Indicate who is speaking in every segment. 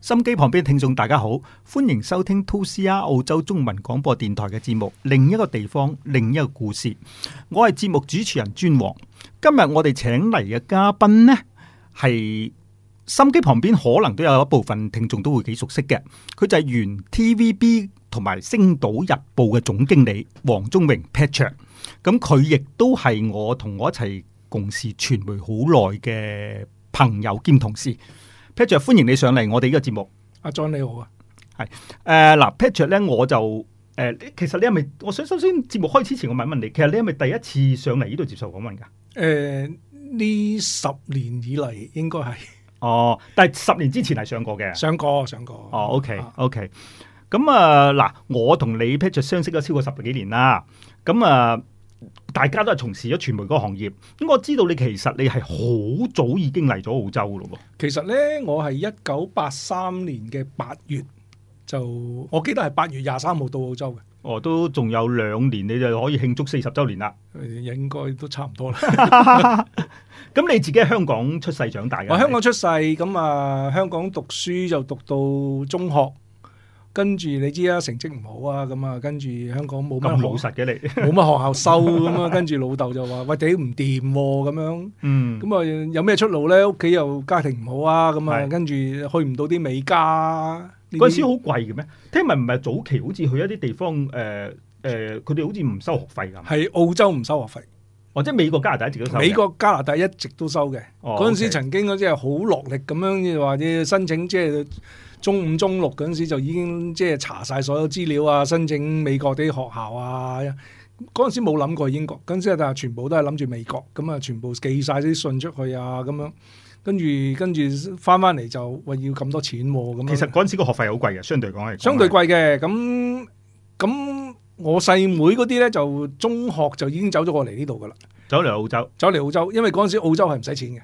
Speaker 1: 心機旁邊嘅聽眾大家好，歡迎收聽 2CR 澳洲中文廣播電台嘅節目《另一個地方，另一個故事》。我係節目主持人尊王。今日我哋請嚟嘅嘉賓呢，係心機旁邊可能都有一部分聽眾都會幾熟悉嘅，佢就係原 TVB 同埋《星島日報》嘅總經理黃宗榮 Patrick。咁佢亦都係我同我一齊共事傳媒好耐嘅朋友兼同事。Patrick，歡迎你上嚟我哋呢個節目。
Speaker 2: 阿 John 你好啊，
Speaker 1: 誒呃嗱，Patrick 咧，我就誒、呃你其實你係咪？我想首先節目開始前，我問一問你，其實你係咪第一次上嚟呢度接受訪問㗎？
Speaker 2: 誒、呢十年以嚟應該係
Speaker 1: 哦，但係十年之前係上過嘅。
Speaker 2: 上過上過。
Speaker 1: 哦
Speaker 2: 啊
Speaker 1: ，OK，OK。咁啊，嗱，我同你 Patrick 相識咗超過十幾年啦。咁啊，大家都係從事咗傳媒嗰個行業。咁我知道你其實你係好早已經嚟咗澳洲咯喎。
Speaker 2: 其實呢，我係一九八三年嘅八月就，我記得係八月廿三號到澳洲嘅
Speaker 1: 哦，都仲有兩年，你就可以慶祝四十週年啦。，
Speaker 2: 呃應該都差唔多啦。
Speaker 1: 咁你自己喺香港出世長大嘅？
Speaker 2: 我香港出世，咁啊香港讀書就讀到中學，跟住你知啊成績唔好啊，咁啊跟住香港冇乜
Speaker 1: 咁老
Speaker 2: 學
Speaker 1: 實嘅你，
Speaker 2: 冇乜學校收咁啊，跟住老豆就話喂，你唔掂喎咁樣。
Speaker 1: 嗯，
Speaker 2: 咁啊，有咩出路咧？屋企又家庭唔好啊，咁啊，
Speaker 1: 係
Speaker 2: 跟住去唔到啲美加。
Speaker 1: 嗰陣時好貴嘅咩？聽聞唔係早期好似去一啲地方誒誒，呃呃佢哋好似唔收學費咁，
Speaker 2: 係澳洲唔收學
Speaker 1: 或者美國、加拿大自己都收
Speaker 2: 費，
Speaker 1: 嘅。
Speaker 2: 美國加拿大一直都收嘅。
Speaker 1: 哦
Speaker 2: 嗰陣時
Speaker 1: OK
Speaker 2: 曾經嗰啲係好落力咁樣，話啲申請即係中五、中六嗰陣時就已經即係查晒所有資料啊，申請美國啲學校啊。嗰陣時冇諗過英國，嗰陣時但係全部都係諗住美國，咁啊全部寄晒啲信出去啊，咁樣跟住跟住翻翻嚟就喂要咁多錢喎、咁樣
Speaker 1: 其實嗰陣時個學費係好貴嘅，相對講係
Speaker 2: 相對貴嘅。咁咁我細妹嗰啲咧就中學就已經走咗過嚟呢度噶啦，
Speaker 1: 走嚟澳洲。
Speaker 2: 走嚟澳洲，因為嗰陣時澳洲係唔使錢嘅。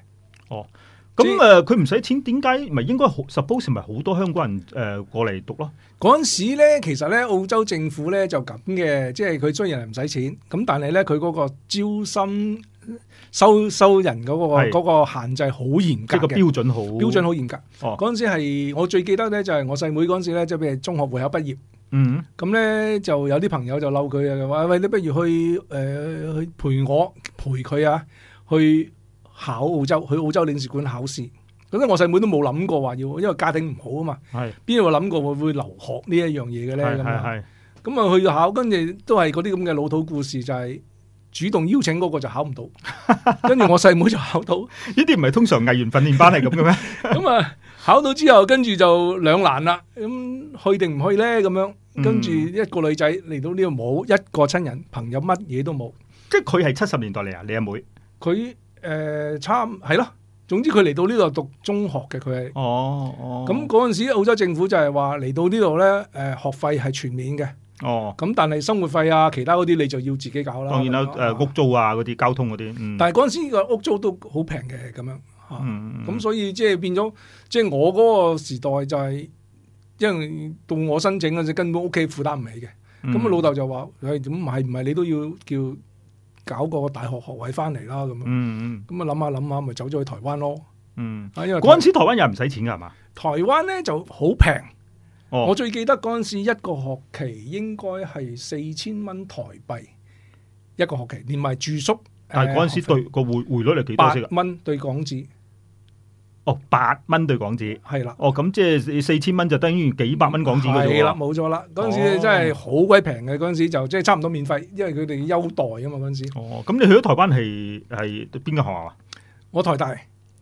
Speaker 1: 咁
Speaker 2: 即
Speaker 1: 誒，
Speaker 2: 係
Speaker 1: 佢唔使錢，點解咪應該好 suppose 咪好多香港人誒、呃、過嚟讀咯？
Speaker 2: 嗰陣時咧，其實咧澳洲政府咧就咁嘅，即係佢雖然係唔使錢，咁但係咧佢嗰個招生收收人嗰、
Speaker 1: 係
Speaker 2: 個嗰個限制好嚴
Speaker 1: 即係個
Speaker 2: 格嘅。
Speaker 1: 標準好
Speaker 2: 標準好嚴格，
Speaker 1: 哦
Speaker 2: 嗰陣時係我最記得咧，就係我細妹嗰陣時咧，即係譬如中學會考畢業，
Speaker 1: 嗯
Speaker 2: 咁咧就有啲朋友就嬲佢啊，話喂你不如去誒、呃去陪我陪佢啊，去考澳洲，去澳洲領事館考試。咁咧我細妹都冇諗過話要，因為家庭唔好啊嘛，
Speaker 1: 係
Speaker 2: 邊有諗過會會留學呢一樣嘢嘅咧
Speaker 1: 係
Speaker 2: 咁
Speaker 1: 係
Speaker 2: 啊？
Speaker 1: 係
Speaker 2: 咁啊去到考，跟住都係嗰啲咁嘅老土故事，就係、主動邀請嗰個就考唔到，跟住我細妹就考到。
Speaker 1: 呢啲唔係通常藝員訓練班係咁嘅 咩？
Speaker 2: 咁啊，考到之後，跟住就兩難啦。咁去定唔去呢？咁樣，跟住
Speaker 1: 嗯
Speaker 2: 一個女仔嚟到呢度冇一個親人朋友，乜嘢都冇。
Speaker 1: 即係佢係七十年代嚟啊，你阿妹
Speaker 2: 佢誒、呃差唔係咯，總之佢嚟到呢度讀中學嘅，佢係
Speaker 1: 哦哦
Speaker 2: 咁嗰陣時，澳洲政府就係話嚟到呢度呢，誒、學費係全免嘅。
Speaker 1: 哦，
Speaker 2: 咁但係生活費啊，其他嗰啲你就要自己搞啦。
Speaker 1: 當然啦，
Speaker 2: 咁樣
Speaker 1: 誒、屋租啊嗰啲交通嗰啲，嗯，
Speaker 2: 但係嗰陣時個屋租都好平嘅，咁樣嚇。
Speaker 1: 嗯
Speaker 2: 咁、所以即係變咗，即係我嗰個時代就係、因為到我申請嗰陣根本屋企負擔唔起嘅，咁、啊
Speaker 1: 嗯
Speaker 2: 老豆就話：，誒咁係唔係你都要叫搞個大學學位翻嚟啦？咁樣，咁啊
Speaker 1: 嗯嗯
Speaker 2: 諗下諗下，咪走咗去台灣咯。
Speaker 1: 嗯，
Speaker 2: 啊，因為台
Speaker 1: 嗰陣時台灣又唔使錢㗎係嘛？
Speaker 2: 台灣咧就好平，
Speaker 1: 哦
Speaker 2: 我最記得嗰陣時一個學期應該係四千蚊台幣一個學期，連埋住宿。
Speaker 1: 但係嗰陣時
Speaker 2: 誒學費
Speaker 1: 對個匯匯率係幾多
Speaker 2: 八
Speaker 1: 先㗎？
Speaker 2: 蚊對港紙
Speaker 1: 哦，八蚊對港紙。
Speaker 2: 係啦。
Speaker 1: 哦，咁即係四千蚊就等於幾百蚊港紙嗰
Speaker 2: 係啦，
Speaker 1: 啫
Speaker 2: 冇錯啦。嗰陣
Speaker 1: 哦
Speaker 2: 時真係好鬼平嘅，嗰陣時就即係差唔多免費，因為佢哋優待啊嘛。嗰陣時
Speaker 1: 喎。哦，咁你去咗台灣係係邊間學校啊？
Speaker 2: 我台大，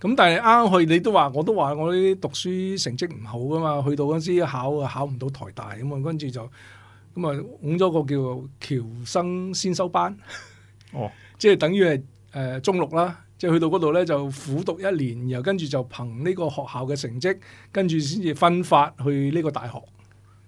Speaker 2: 咁但係啱去你都話，我都話我啲讀書成績唔好噶嘛，去到嗰陣時考啊考唔到台大咁啊，跟住就咁啊拱咗個叫做僑生先修班，
Speaker 1: 哦，
Speaker 2: 即係等於係誒中六啦。即係去到嗰度咧，就苦讀一年，然後跟住就憑呢個學校嘅成績，跟住先至分發去呢個大學。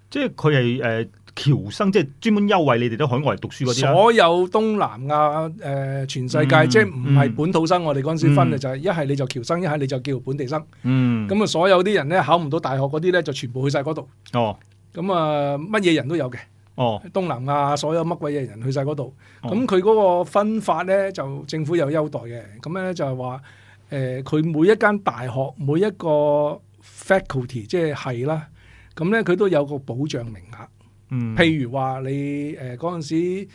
Speaker 1: 即係佢係誒僑生，即係專門優惠你哋啲海外讀書嗰啲啊啦。
Speaker 2: 所有東南亞誒、呃全世界、
Speaker 1: 嗯
Speaker 2: 即係唔係本土生，我哋嗰陣時分嘅
Speaker 1: 嗯
Speaker 2: 就係一係你就僑生，一係你就叫本地生。
Speaker 1: 嗯，
Speaker 2: 咁啊，所有啲人咧考唔到大學嗰啲咧，就全部去晒嗰度。
Speaker 1: 哦
Speaker 2: 咁啊，乜嘢人都有嘅，
Speaker 1: 哦，
Speaker 2: 東南亞所有乜鬼嘢人去晒嗰度。
Speaker 1: 哦
Speaker 2: 咁佢嗰個分法咧，就政府有優待嘅。咁咧就係話誒，佢、每一間大學每一個 faculty 即係係啦，咁咧佢都有個保障名額。
Speaker 1: 嗯，
Speaker 2: 譬如話你誒嗰陣時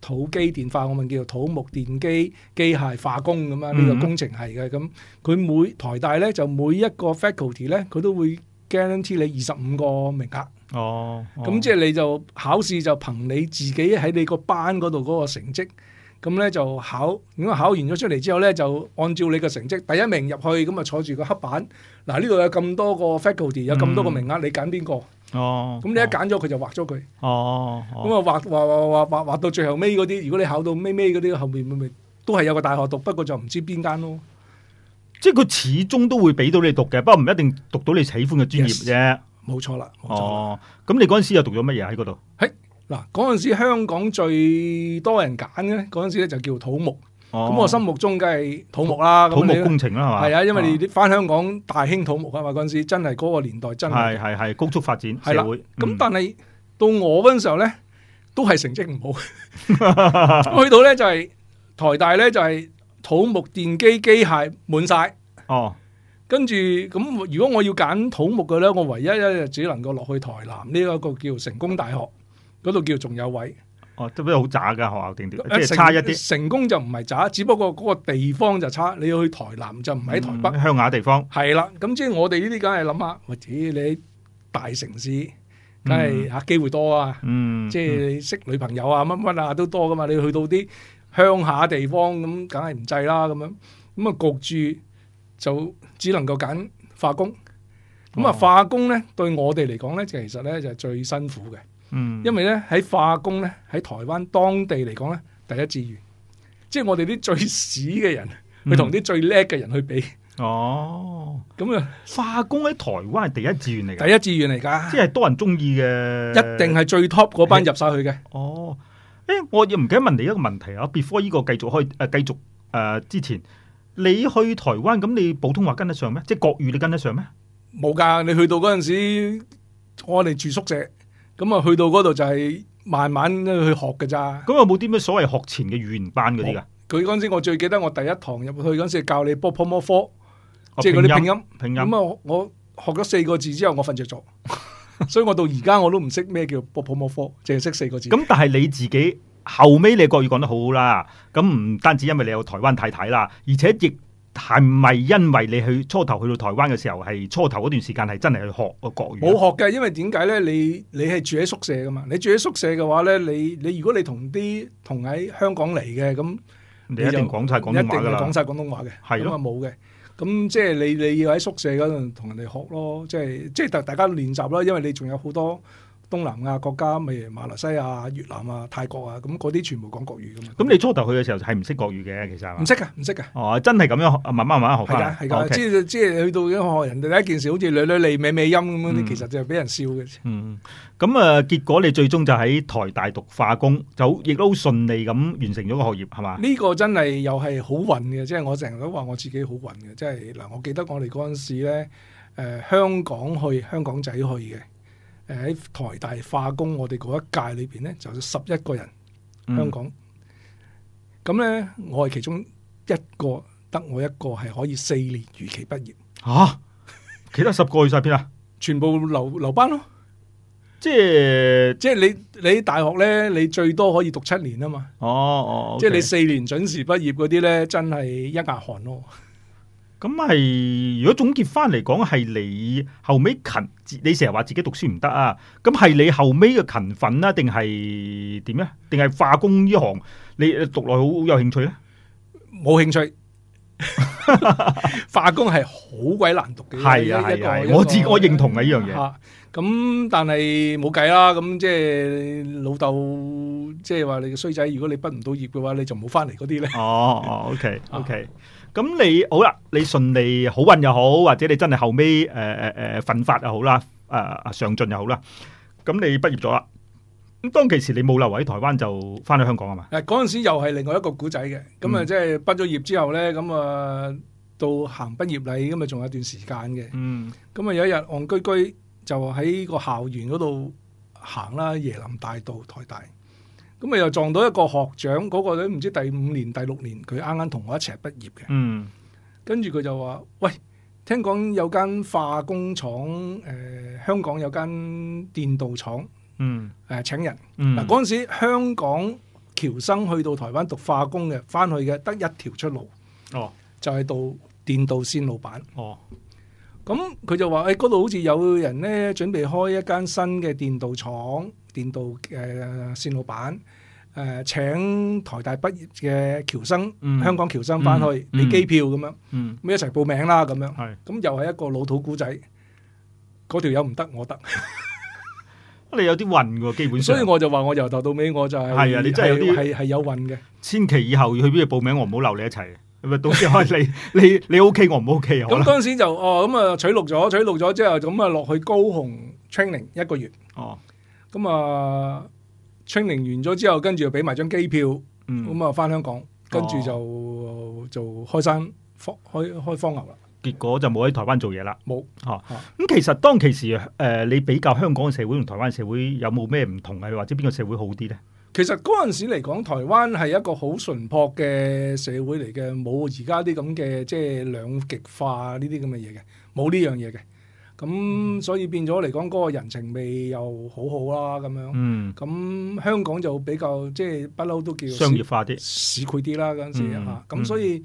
Speaker 2: 土機電化，我咪叫做土木電機機械化工咁啊，呢、
Speaker 1: 嗯
Speaker 2: 個工程係嘅。咁佢每台大咧就每一個 faculty 咧，佢都會 guarantee 你二十五個名額。
Speaker 1: 哦，哦，
Speaker 2: 咁即係你就考試就憑你自己喺你個班嗰度嗰個成績。咁咧就考，咁啊考完咗出嚟之後咧，就按照你嘅成績，第一名入去，咁啊坐住個黑板。嗱，呢度有咁多個 faculty，有咁多個名額，你揀邊個？
Speaker 1: 嗯哦，
Speaker 2: 咁你一揀咗佢就畫咗佢。
Speaker 1: 哦，哦，
Speaker 2: 咁啊畫畫畫畫畫畫到最後尾嗰啲，如果你考到尾尾嗰啲，後面咪咪都係有個大學讀，不過就唔知邊間咯。
Speaker 1: 即係佢始終都會俾到你讀嘅，不過唔一定讀到你喜歡嘅專業啫。
Speaker 2: 冇錯啦，冇錯啦。
Speaker 1: 哦，咁你嗰陣時又讀咗乜嘢喺嗰度？
Speaker 2: 嗱嗰陣時香港最多人揀嘅嗰陣時咧就叫土木，
Speaker 1: 哦
Speaker 2: 咁我心目中梗係土木啦。咁
Speaker 1: 土木
Speaker 2: 你
Speaker 1: 工程啦，係嘛？哦
Speaker 2: 係啊，因為你翻香港大興土木啊嘛，嗰陣時真係嗰個年代真係。
Speaker 1: 係係係高速發展
Speaker 2: 係啦
Speaker 1: 社會。
Speaker 2: 咁
Speaker 1: 嗯
Speaker 2: 但係到我嗰陣時候咧，都係成績唔 好，去到咧就係台大咧就係土木電機機械滿晒。
Speaker 1: 哦，
Speaker 2: 跟住咁，如果我要揀土木嘅咧，我唯一一日只能夠落去台南呢一個叫成功大學嗰度叫仲有位，
Speaker 1: 哦，即係好渣嘅學校定點，嗯
Speaker 2: 呃
Speaker 1: 即係
Speaker 2: 成
Speaker 1: 差一啲。
Speaker 2: 成功就唔係渣，只不過嗰個地方就差，你要去台南就唔喺台北
Speaker 1: 嗯，鄉下地方，
Speaker 2: 係啦、咁即係我哋呢啲梗係諗下，喂，屌你喺大城市，梗係嚇機會多啊，
Speaker 1: 嗯，
Speaker 2: 即係你識女朋友啊乜乜啊都多噶嘛，你去到啲鄉下地方咁，梗係唔制啦咁樣，咁啊焗住就只能夠揀化工。咁啊，
Speaker 1: 哦
Speaker 2: 化工咧對我哋嚟講咧，就其實咧就係最辛苦嘅，
Speaker 1: 嗯，
Speaker 2: 因為咧喺化工咧喺台灣當地嚟講咧第一志願，即係我哋啲最屎嘅人去同啲最叻嘅人去比，
Speaker 1: 哦，
Speaker 2: 咁啊
Speaker 1: 化工喺台灣係第一志願嚟嘅，
Speaker 2: 第一志願嚟㗎，
Speaker 1: 即係多人中意嘅，
Speaker 2: 一定係最 top 嗰班入晒去嘅。
Speaker 1: 哦，誒、我又唔記得問你一個問題啊。before 呢個繼續開誒、呃、繼續誒、呃之前，你去台灣咁，你普通話跟得上咩？即係國語你跟得上咩？
Speaker 2: 冇㗎，你去到嗰陣時，我哋住宿舍，咁啊去到嗰度就係慢慢去學㗎咋。
Speaker 1: 咁有冇啲咩所謂學前嘅語言班嗰啲㗎？
Speaker 2: 佢嗰陣時我最記得我第一堂入去嗰陣時教你波波摩科，
Speaker 1: 哦
Speaker 2: 即係嗰啲拼音。
Speaker 1: 拼音
Speaker 2: 咁啊，我學咗四個字之後，我瞓着咗， 所以我到而家我都唔識咩叫波普摩科，淨係識四個字。
Speaker 1: 咁但係你自己後尾你國語講得好好啦，咁唔單止因為你有台灣太太啦，而且亦係咪因為你去初頭去到台灣嘅時候，係初頭嗰段時間係真係去學個國
Speaker 2: 冇
Speaker 1: 語啊？
Speaker 2: 學嘅，因為點解咧？你你係住喺宿舍噶嘛？你住喺宿舍嘅話咧，你你如果你同啲同喺香港嚟嘅，咁
Speaker 1: 你
Speaker 2: 你
Speaker 1: 一
Speaker 2: 就
Speaker 1: 定講晒廣
Speaker 2: 嗯一定
Speaker 1: 東話㗎
Speaker 2: 係講
Speaker 1: 啦。
Speaker 2: 晒廣東話嘅。
Speaker 1: 係咯
Speaker 2: 咁啊冇嘅。咁即係你你要喺宿舍嗰度同人哋學咯，即係即係大大家練習啦。因為你仲有好多東南亞國家，咪馬來西亞、越南啊、泰國啊，咁嗰啲全部講國語噶嘛。
Speaker 1: 咁你初頭去嘅時候係唔識國語嘅，其實係嘛
Speaker 2: 唔？識㗎，唔識㗎。
Speaker 1: 哦，真係咁樣學慢慢慢慢學
Speaker 2: 嗯係
Speaker 1: 翻
Speaker 2: 噶，
Speaker 1: 嚟。
Speaker 2: 係噶，
Speaker 1: 哦 OK
Speaker 2: 即係即係去到一學人哋第一件事，好似女女脷美美音咁樣，
Speaker 1: 嗯
Speaker 2: 其實就係俾人笑嘅。
Speaker 1: 嗯，咁啊，結果你最終就喺台大讀化工，就亦都好順利咁完成咗個學業，係嘛？
Speaker 2: 呢個真係又係好運嘅，即係我成日都話我自己好運嘅，即係嗱，我記得我哋嗰陣時咧，誒、香港去香港仔去嘅，誒、喺台大化工我哋嗰一屆裏邊咧，就有十一個人
Speaker 1: 嗯
Speaker 2: 香港，咁咧、我係其中一個，得我一個係可以四年如期畢業，
Speaker 1: 吓，其他十個去晒邊啊？
Speaker 2: 全部
Speaker 1: 嗯
Speaker 2: 留留班咯。
Speaker 1: 即係
Speaker 2: 即係你你大學咧，你最多可以讀七年啊嘛。
Speaker 1: 哦哦，
Speaker 2: 即係你
Speaker 1: OK
Speaker 2: 四年準時畢業嗰啲咧，真係一額汗咯。
Speaker 1: 咁係如果總結翻嚟講，係你後尾勤自，你成日話自己讀書唔得啊，咁係你後尾嘅勤奮啦，定係點咧？定係化工呢行你呃讀落好好有興趣咧？
Speaker 2: 冇 興趣，化工係好鬼難讀嘅。
Speaker 1: 係啊
Speaker 2: 一
Speaker 1: 係
Speaker 2: 個
Speaker 1: 啊
Speaker 2: 一
Speaker 1: 係
Speaker 2: 個
Speaker 1: 啊我自我認同嘅呢樣嘢
Speaker 2: 嚇咁但係冇計啦，咁即係老豆，即係話你嘅衰仔，如果你畢唔到業嘅話，你就冇翻嚟嗰啲咧。
Speaker 1: 哦哦，OK OK，咁你好啦，你順利好運又好，或者你真係後尾誒誒誒奮發又好啦，誒、呃、上進又好啦，咁你畢業咗啦，咁當其時你冇留喺台灣就翻去香港啊嘛？
Speaker 2: 嗱嗰陣時又係另外一個古仔嘅，咁啊
Speaker 1: 嗯
Speaker 2: 即係畢咗業之後咧，咁啊到行畢業禮，咁啊仲有一段時間嘅。
Speaker 1: 嗯，
Speaker 2: 咁啊有一日戇居居就喺個校園嗰度行啦，椰林大道台大。咁啊又撞到一個學長，嗰、個咧唔知第五年第六年，佢啱啱同我一齊畢業嘅。
Speaker 1: 嗯，
Speaker 2: 跟住佢就話：喂，聽講有間化工廠，誒、香港有間電鍍廠，誒、呃
Speaker 1: 嗯
Speaker 2: 請人。
Speaker 1: 嗯
Speaker 2: 嗱嗰陣時，香港僑生去到台灣讀化工嘅，翻去嘅得一條出路，
Speaker 1: 哦
Speaker 2: 就係、到電鍍線老闆。
Speaker 1: 哦
Speaker 2: 咁佢就話：誒嗰度好似有人咧準備開一間新嘅電鍍廠，電鍍誒、呃、線老闆。誒、請台大畢業嘅僑生，
Speaker 1: 嗯
Speaker 2: 香港僑生翻去俾、
Speaker 1: 嗯嗯
Speaker 2: 機票咁樣，
Speaker 1: 嗯
Speaker 2: 咁一齊報名啦咁樣。
Speaker 1: 係
Speaker 2: 咁又係一個老土古仔，嗰條友唔得，我得，
Speaker 1: 你有啲運喎，基本上
Speaker 2: 所以我就話我由頭到尾我就係
Speaker 1: 係啊你真係有啲
Speaker 2: 係係有運嘅，
Speaker 1: 千祈以後去邊度報名，我唔好留你一 齊。 咪到時可能你 你你 OK，我唔 OK 啊可
Speaker 2: 咁
Speaker 1: 能。
Speaker 2: 嗰陣時就哦咁啊取錄咗，取錄咗之後咁啊落去高雄 training 一個月，
Speaker 1: 哦，
Speaker 2: 咁啊 training 完咗之後，跟住就俾埋張機票，
Speaker 1: 嗯，
Speaker 2: 咁啊翻香港，跟住就就開山荒開開荒牛啦，
Speaker 1: 結果就冇喺台灣做嘢啦。
Speaker 2: 冇
Speaker 1: 哦
Speaker 2: 啊，
Speaker 1: 咁其實當其時誒、呃你比較香港嘅社會同台灣社會有冇咩唔同啊？或者邊個社會好啲咧？
Speaker 2: 其實嗰陣時嚟講，台灣係一個好淳樸嘅社會嚟嘅，冇而家啲咁嘅即係兩極化呢啲咁嘅嘢嘅，冇呢樣嘢嘅。咁所以變咗嚟講，嗰、個人情味又好好啦咁樣。
Speaker 1: 嗯，
Speaker 2: 咁、香港就比較即係不嬲都叫
Speaker 1: 商業化啲。
Speaker 2: 市儈啲啦嗰陣時
Speaker 1: 嗯
Speaker 2: 嚇。咁、
Speaker 1: 嗯
Speaker 2: 所以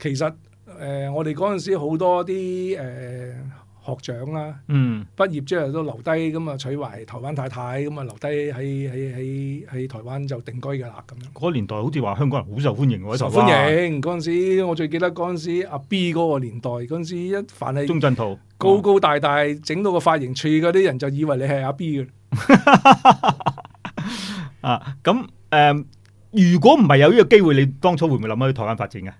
Speaker 2: 其實誒、呃我哋嗰陣時好多啲誒、呃、學長啦、
Speaker 1: 嗯
Speaker 2: 畢業之後都留低咁啊，娶埋台灣太太咁啊，留低喺喺喺喺台灣就定居㗎啦咁樣。
Speaker 1: 嗰個年代好似話香港人好受歡迎喎，喺台
Speaker 2: 受
Speaker 1: 灣。
Speaker 2: 歡迎嗰陣時，我最記得嗰陣時阿 B 嗰個年代，嗰陣時一凡係
Speaker 1: 中振圖哦
Speaker 2: 高高大大整到個髮型處嗰啲人就以為你係阿 B 嘅。
Speaker 1: 啊，咁誒、呃如果唔係有呢個機會，你當初會唔會諗去台灣發展嘅？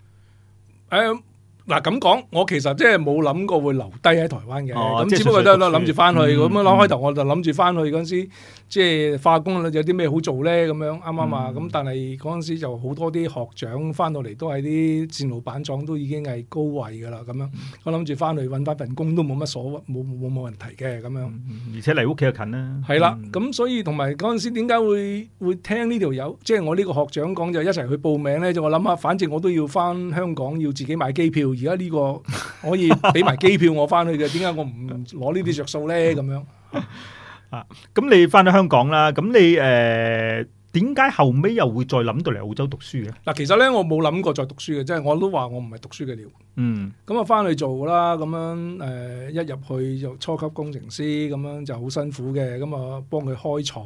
Speaker 2: 誒嗱咁講，我其實即係冇諗過會留低喺台灣嘅，
Speaker 1: 哦
Speaker 2: 咁
Speaker 1: 即係
Speaker 2: 只不過都係
Speaker 1: 純粹讀書
Speaker 2: 諗住翻
Speaker 1: 嗯
Speaker 2: 去咁樣。啊
Speaker 1: 嗯
Speaker 2: 開頭我就諗住翻去嗰陣時，即係化工有啲咩好做咧咁樣，啱唔啱啊？
Speaker 1: 嗯
Speaker 2: 咁但係嗰陣時就好多啲學長翻到嚟都係啲戰老闆廠都已經係高位㗎啦咁
Speaker 1: 嗯
Speaker 2: 樣。我諗住翻去揾翻份工都冇乜所謂，冇冇冇問題嘅咁樣。
Speaker 1: 嗯而且離屋企又近啦。
Speaker 2: 係啦
Speaker 1: 嗯，
Speaker 2: 咁所以同埋嗰陣時點解會會聽呢條友，即係我呢個學長講就一齊去報名呢？就我諗下，反正我都要翻香港，要自己買機票。而家呢個 可以俾埋機票我翻去嘅，點解我唔攞呢啲着數呢？咁樣
Speaker 1: 咁你翻咗香港啦，咁你誒點解後尾又會再諗到嚟澳洲讀書嘅？
Speaker 2: 嗱，其實呢，我冇諗過再讀書嘅，即係我都話我唔係讀書嘅料。
Speaker 1: 嗯
Speaker 2: 咁啊，翻去做啦，咁樣誒、一入去就初級工程師，咁樣就好辛苦嘅，咁啊幫佢開廠。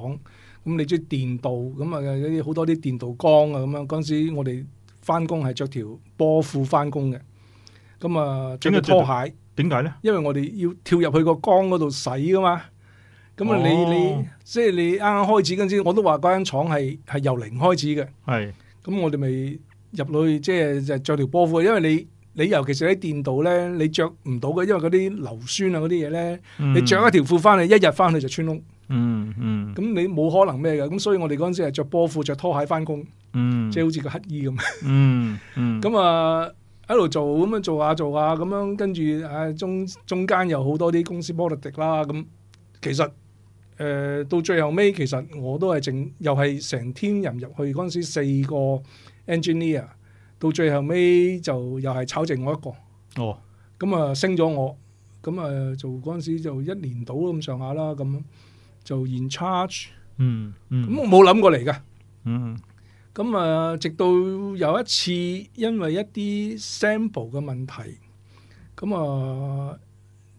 Speaker 2: 咁你知電鍍，咁啊有啲好多啲電鍍缸啊，咁樣嗰陣時我哋翻工係着條波褲翻工嘅，咁啊着對拖鞋，
Speaker 1: 點解咧？
Speaker 2: 因為我哋要跳入去個缸嗰度洗噶嘛。咁啊，你
Speaker 1: 哦
Speaker 2: 你即係你啱啱開始嗰陣時，我都話嗰間廠係係由零開始嘅。
Speaker 1: 係
Speaker 2: 咁我哋咪入到去，即係就着條波褲，因為你你尤其是喺電鍍咧，你着唔到嘅，因為嗰啲硫酸啊嗰啲嘢咧，你着一條褲翻去，一日翻去就穿窿，
Speaker 1: 嗯嗯
Speaker 2: 咁你冇可能咩嘅，咁所以我哋嗰陣時係着波褲、着拖鞋翻工，
Speaker 1: 嗯，
Speaker 2: 即係好似個乞衣咁。
Speaker 1: 嗯嗯
Speaker 2: 咁啊喺度做咁樣做下做下咁樣，跟住啊中中間有好多啲公司 politic 啦，咁其實。誒、到最後尾，其實我都係整，又係成天人入去嗰陣時，四個 engineer，到最後尾就又係炒剩我一個，
Speaker 1: 哦
Speaker 2: 咁啊升咗我，咁啊做嗰陣時就一年到咁上下啦，咁就 in charge，
Speaker 1: 嗯
Speaker 2: 咁
Speaker 1: 嗯
Speaker 2: 我冇諗過嚟㗎。
Speaker 1: 嗯
Speaker 2: 咁啊，直到有一次，因為一啲 sample 嘅問題，咁啊，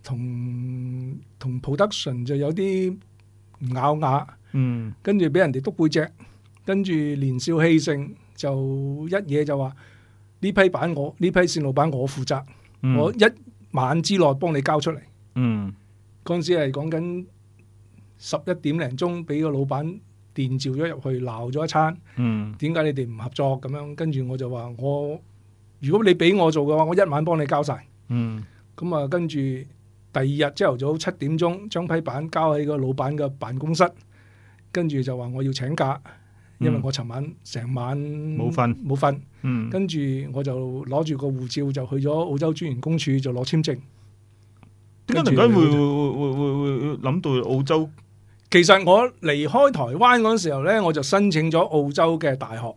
Speaker 2: 同同 production 就有啲唔咬牙，
Speaker 1: 嗯
Speaker 2: 跟住俾人哋督背脊，跟住年少氣盛，就一嘢就話呢批板我呢批線路板我負責，
Speaker 1: 嗯
Speaker 2: 我一晚之內幫你交出嚟。
Speaker 1: 嗯
Speaker 2: 嗰陣時係講緊十一點零鐘，俾個老闆電召咗入去鬧咗一餐。
Speaker 1: 嗯
Speaker 2: 點解你哋唔合作咁樣？跟住我就話我，如果你俾我做嘅話，我一晚幫你交晒。
Speaker 1: 嗯
Speaker 2: 咁啊，跟住第二日朝頭早七點鐘，將批板交喺個老闆嘅辦公室，跟住就話我要請假，因為
Speaker 1: 嗯
Speaker 2: 我尋晚成晚
Speaker 1: 冇
Speaker 2: 冇
Speaker 1: 瞓
Speaker 2: 冇瞓，
Speaker 1: 嗯
Speaker 2: 跟住我就攞住個護照就去咗澳洲專員公署就攞簽證。
Speaker 1: 點解突然間會會會會會諗到澳洲？
Speaker 2: 其實我離開台灣嗰陣時候呢，我就申請咗澳洲嘅大學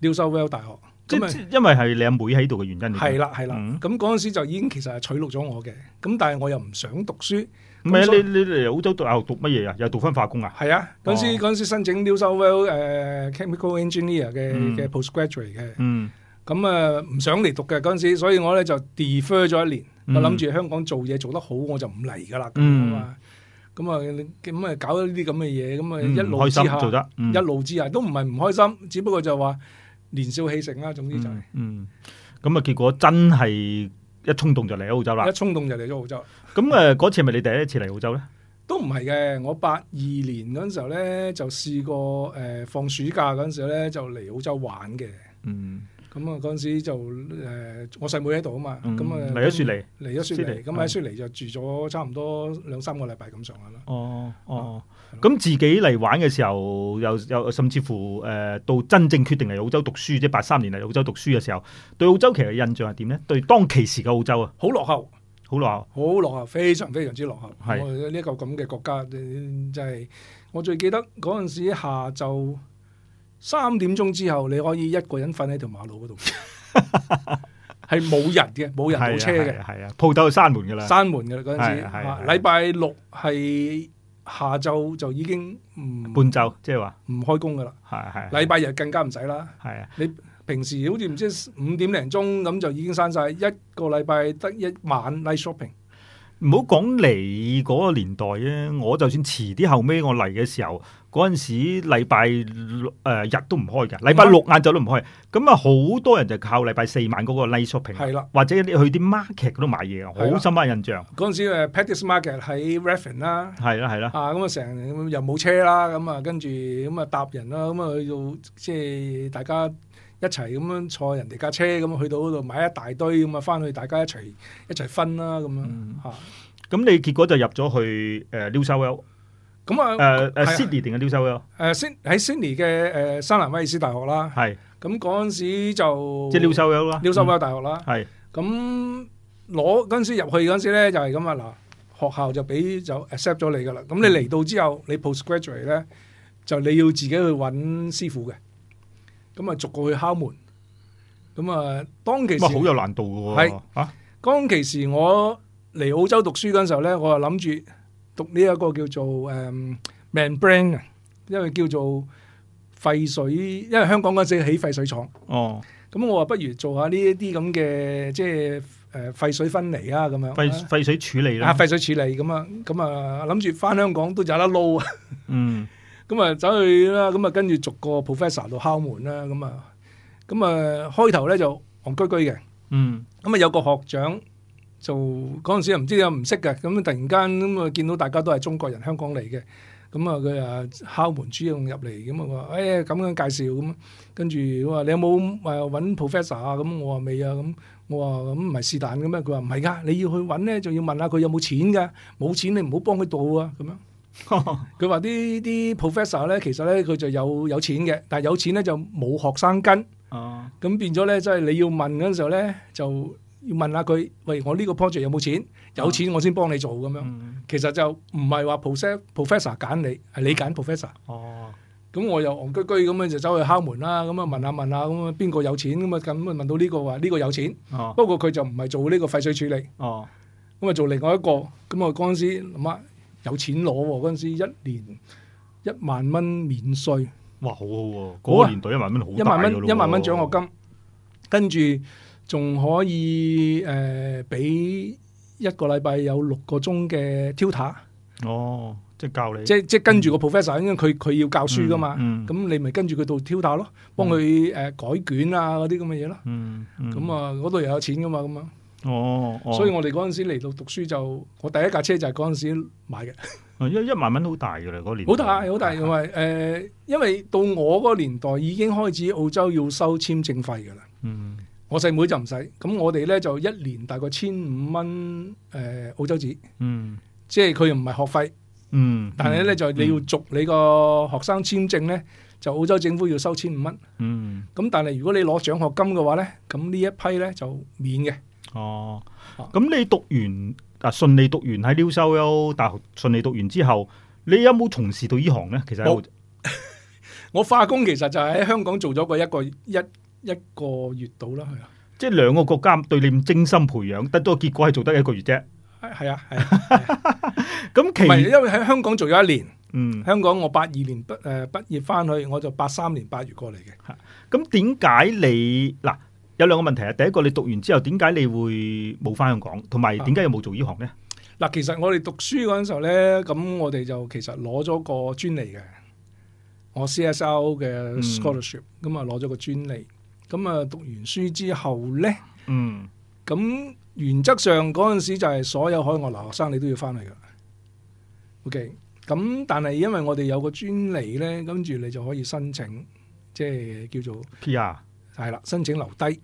Speaker 2: ，New South Wales 大學。
Speaker 1: 即
Speaker 2: 咁咪啊
Speaker 1: 即因為係你阿妹喺度嘅原因嚟㗎。
Speaker 2: 係啦係啦
Speaker 1: 嗯，
Speaker 2: 咁嗰陣時就已經其實係取錄咗我嘅，咁但係我又唔想讀書，
Speaker 1: 唔係啊
Speaker 2: 咁所以
Speaker 1: 你你你嚟澳洲讀大學讀乜嘢啊？又讀翻化工啊？
Speaker 2: 係啊，嗰陣時
Speaker 1: 哦
Speaker 2: 嗰陣時申請 New South Wales 誒 Chemical Engineer 嘅
Speaker 1: 嗯
Speaker 2: 嘅 postgraduate 嘅，
Speaker 1: 嗯，
Speaker 2: 咁啊唔想嚟讀嘅嗰陣時，所以我咧就 defer 咗一年，
Speaker 1: 嗯
Speaker 2: 我諗住香港做嘢做得好我就唔嚟噶啦，咁
Speaker 1: 嗯
Speaker 2: 啊咁啊咁啊搞咗呢啲咁嘅嘢，咁啊
Speaker 1: 嗯
Speaker 2: 一
Speaker 1: 唔
Speaker 2: 路
Speaker 1: 開
Speaker 2: 之
Speaker 1: 心做
Speaker 2: 下。
Speaker 1: 得，嗯
Speaker 2: 一路之下都唔係唔開心，只不過就話年少氣盛啦。總之就係
Speaker 1: 嗯嗯，咁啊，結果真係一衝動就嚟澳洲啦
Speaker 2: 一。衝動就嚟咗澳洲，
Speaker 1: 咁誒嗰次係咪你第一次嚟澳洲咧？
Speaker 2: 都唔係嘅。我八二年嗰陣時候咧，就試過誒、呃放暑假嗰陣時候咧，就嚟澳洲玩嘅。
Speaker 1: 嗯，
Speaker 2: 咁啊嗰陣時就誒、呃我細妹喺度啊嘛，
Speaker 1: 嗯
Speaker 2: 咁啊
Speaker 1: 嚟咗雪梨。
Speaker 2: 嚟咗雪
Speaker 1: 雪
Speaker 2: 梨，
Speaker 1: 梨嗯
Speaker 2: 咁喺雪梨就住咗差唔多兩三個禮拜咁上下啦。
Speaker 1: 哦哦，
Speaker 2: 啊係
Speaker 1: 咁自己嚟玩嘅時候，又又甚至乎誒、呃到真正決定嚟澳洲讀書，即係八三年嚟澳洲讀書嘅時候，對澳洲其實印象係點咧？對當其時嘅澳洲啊，
Speaker 2: 好落後，
Speaker 1: 好耐啊
Speaker 2: 好落後，非常非常之落後。
Speaker 1: 係
Speaker 2: 我哋呢個咁嘅國家，呃真係我最記得嗰陣時下晝三點鐘之後，你可以一個人瞓喺條馬 路嗰度，係冇人嘅，冇人冇車
Speaker 1: 係
Speaker 2: 嘅，
Speaker 1: 啊係啊，鋪頭就閂門㗎啦。
Speaker 2: 閂門嘅啦嗰陣時。
Speaker 1: 係係
Speaker 2: 啊
Speaker 1: 係
Speaker 2: 禮拜六係下晝就已經唔
Speaker 1: 半晝即係話
Speaker 2: 唔開工嘅啦，
Speaker 1: 係係
Speaker 2: 禮拜日更加唔使啦。
Speaker 1: 係啊，
Speaker 2: 平時好似唔知五點零鐘咁就已經閂晒，一個禮拜得一晚 night shopping。
Speaker 1: 唔好講你嗰個年代咧，我就算遲啲後尾我嚟嘅時候，嗰陣時禮拜六誒日都唔開嘅，禮拜六晏晝都唔開。咁啊，好多人就靠禮拜四晚嗰個 night shopping，
Speaker 2: 係啦，
Speaker 1: 或者你去啲 market 嗰度買嘢啊，
Speaker 2: 係
Speaker 1: 好
Speaker 2: 啦
Speaker 1: 深刻印象。
Speaker 2: 嗰陣時誒 Paddy's Market 喺 Raffin 啦。
Speaker 1: 係啦係啦，
Speaker 2: 啊，咁啊成又冇車啦，咁啊跟住咁啊搭人啦，咁啊去到即係大家一齊咁樣坐人哋架車咁去到嗰度買一大堆咁啊，翻去大家一齊一齊分啦咁樣
Speaker 1: 嗯
Speaker 2: 嚇。
Speaker 1: 咁你結果就入咗去誒 New South Wales
Speaker 2: 咁啊
Speaker 1: 誒誒
Speaker 2: 哦係啊
Speaker 1: Sydney 定係 New South Wales
Speaker 2: 誒先喺 Sydney 嘅誒新南威爾斯大學啦，
Speaker 1: 係
Speaker 2: 咁嗰陣時就
Speaker 1: 即係 New South Wales 啦
Speaker 2: New South Wales 大學啦。
Speaker 1: 嗯係
Speaker 2: 咁攞嗰陣時入去嗰陣時咧，就係咁啊嗱，學校就俾就 accept 咗你噶啦。咁你嚟到之後，你 postgraduate 咧，就你要自己去揾師傅嘅。咁啊，逐個去敲門。咁啊，當其時
Speaker 1: 咁啊好有難度嘅喎
Speaker 2: 係
Speaker 1: 嚇
Speaker 2: 當其時我嚟澳洲讀書嗰陣時候咧，我就諗住讀呢一個叫做誒、嗯 membrane 啊，因為叫做廢水，因為香港嗰陣時起廢水廠。
Speaker 1: 哦，
Speaker 2: 咁我話不如做下呢一啲咁嘅即係誒廢水分離啊咁樣，
Speaker 1: 廢廢水處理
Speaker 2: 啊
Speaker 1: 啦，
Speaker 2: 廢水處理咁啊，咁啊諗住翻香港都有得撈啊，
Speaker 1: 嗯
Speaker 2: 咁啊走去啦，咁啊跟住逐個 professor 度敲門啦，咁啊咁啊開頭咧就戇居居嘅，
Speaker 1: 嗯
Speaker 2: 咁啊有個學長就嗰陣時又唔知有唔識嘅，咁啊突然間咁啊見到大家都係中國人香港嚟嘅，咁啊佢啊敲門主動入嚟，咁啊話誒咁樣介紹咁，跟住佢話你有冇誒揾 professor 啊？咁我話未啊，咁我話咁唔係是但嘅咩？佢話唔係㗎，你要去揾咧就要問下佢有冇錢㗎，冇錢你唔好幫佢做啊咁樣。
Speaker 1: 哦
Speaker 2: 佢話啲啲 professor 咧，其實咧佢就有有錢嘅，但係有錢咧就冇學生跟。
Speaker 1: 哦
Speaker 2: 咁變咗咧，即係你要問嗰陣時候咧，就要問下佢，喂，我呢個 project 有冇錢？有錢我先幫你做咁樣。
Speaker 1: 嗯
Speaker 2: 其實就唔係話 professor professor 揀你，係你揀 professor。
Speaker 1: 哦
Speaker 2: 咁我又戇居居咁樣就走去敲門啦，咁啊問下問下咁啊邊個有錢咁啊咁啊問到呢個話呢個有錢，
Speaker 1: 哦
Speaker 2: 不過佢就唔係做呢個廢水處理，
Speaker 1: 哦。
Speaker 2: 咁啊做另外一個。咁我嗰陣時諗下有錢攞喎，嗰陣時一年一萬蚊免稅。
Speaker 1: 哇，好好喎！
Speaker 2: 好
Speaker 1: 嗰
Speaker 2: 啊
Speaker 1: 個年代一萬蚊好
Speaker 2: 一
Speaker 1: 大
Speaker 2: 萬
Speaker 1: 㗎
Speaker 2: 蚊
Speaker 1: 咯
Speaker 2: 一萬蚊
Speaker 1: 喎
Speaker 2: 獎學金，跟住仲可以誒俾、一個禮拜有六個鐘嘅 tutor，
Speaker 1: 哦，即係教你
Speaker 2: 即即跟住個 professor，因為佢佢要教書噶嘛，咁、
Speaker 1: 嗯
Speaker 2: 你咪跟住佢度 tutor 咯，幫佢誒、改卷啊嗰啲咁嘅嘢咯。
Speaker 1: 嗯
Speaker 2: 咁
Speaker 1: 啊，
Speaker 2: 啊，嗰度又有錢噶嘛，咁啊，
Speaker 1: 哦，哦
Speaker 2: 所以我哋嗰陣時嚟到讀書就，我第一架車就係嗰陣時買嘅，
Speaker 1: 哦因為一萬蚊好大㗎啦，嗰年代
Speaker 2: 好大好大，因為誒，因為到我嗰個年代已經開始澳洲要收簽證費噶啦。
Speaker 1: 嗯
Speaker 2: 我細妹就唔使，咁我哋咧就一年大概千五蚊誒澳洲紙，
Speaker 1: 嗯
Speaker 2: 即係佢又唔係學費，
Speaker 1: 嗯，
Speaker 2: 但係咧
Speaker 1: 嗯
Speaker 2: 就你要續你個學生簽證咧，就澳洲政府要收千五蚊。
Speaker 1: 嗯
Speaker 2: 咁但係如果你攞獎學金嘅話咧，咁呢一批咧就免嘅。
Speaker 1: 哦，
Speaker 2: 啊
Speaker 1: 咁你讀完啊順利讀完喺 New South Wales 大學順利讀完之後，你有冇從事到呢行咧？其實喺
Speaker 2: 冇
Speaker 1: 澳
Speaker 2: 我化工其實就喺香港做咗個一個一一個月到啦，係啊。
Speaker 1: 即係兩個國家對你咁精心培養，得到個結果係做得一個月啫。
Speaker 2: 係啊，係啊，
Speaker 1: 咁
Speaker 2: 唔係
Speaker 1: 其
Speaker 2: 因為喺香港做咗一年，
Speaker 1: 嗯，
Speaker 2: 香港我八二年畢誒畢業翻去，我就八三年八月過嚟嘅。
Speaker 1: 咁點解你嗱有兩個問題啊？第一個你讀完之後點解你會冇翻香港，同埋
Speaker 2: 啊
Speaker 1: 點解又冇做呢行呢？
Speaker 2: 嗱，其實我哋讀書嗰陣時候咧，咁我哋就其實攞咗個專利嘅，我
Speaker 1: 嗯
Speaker 2: CSO 嘅 scholarship，咁啊攞咗個專利。咁啊讀完書之後咧，
Speaker 1: 嗯，
Speaker 2: 咁原則上嗰陣時就係所有海外留學生你都要翻嚟噶。OK，咁但係因為我哋有個專利咧，跟住你就可以申請，即係叫做
Speaker 1: P.R.
Speaker 2: 係啦，申請留低。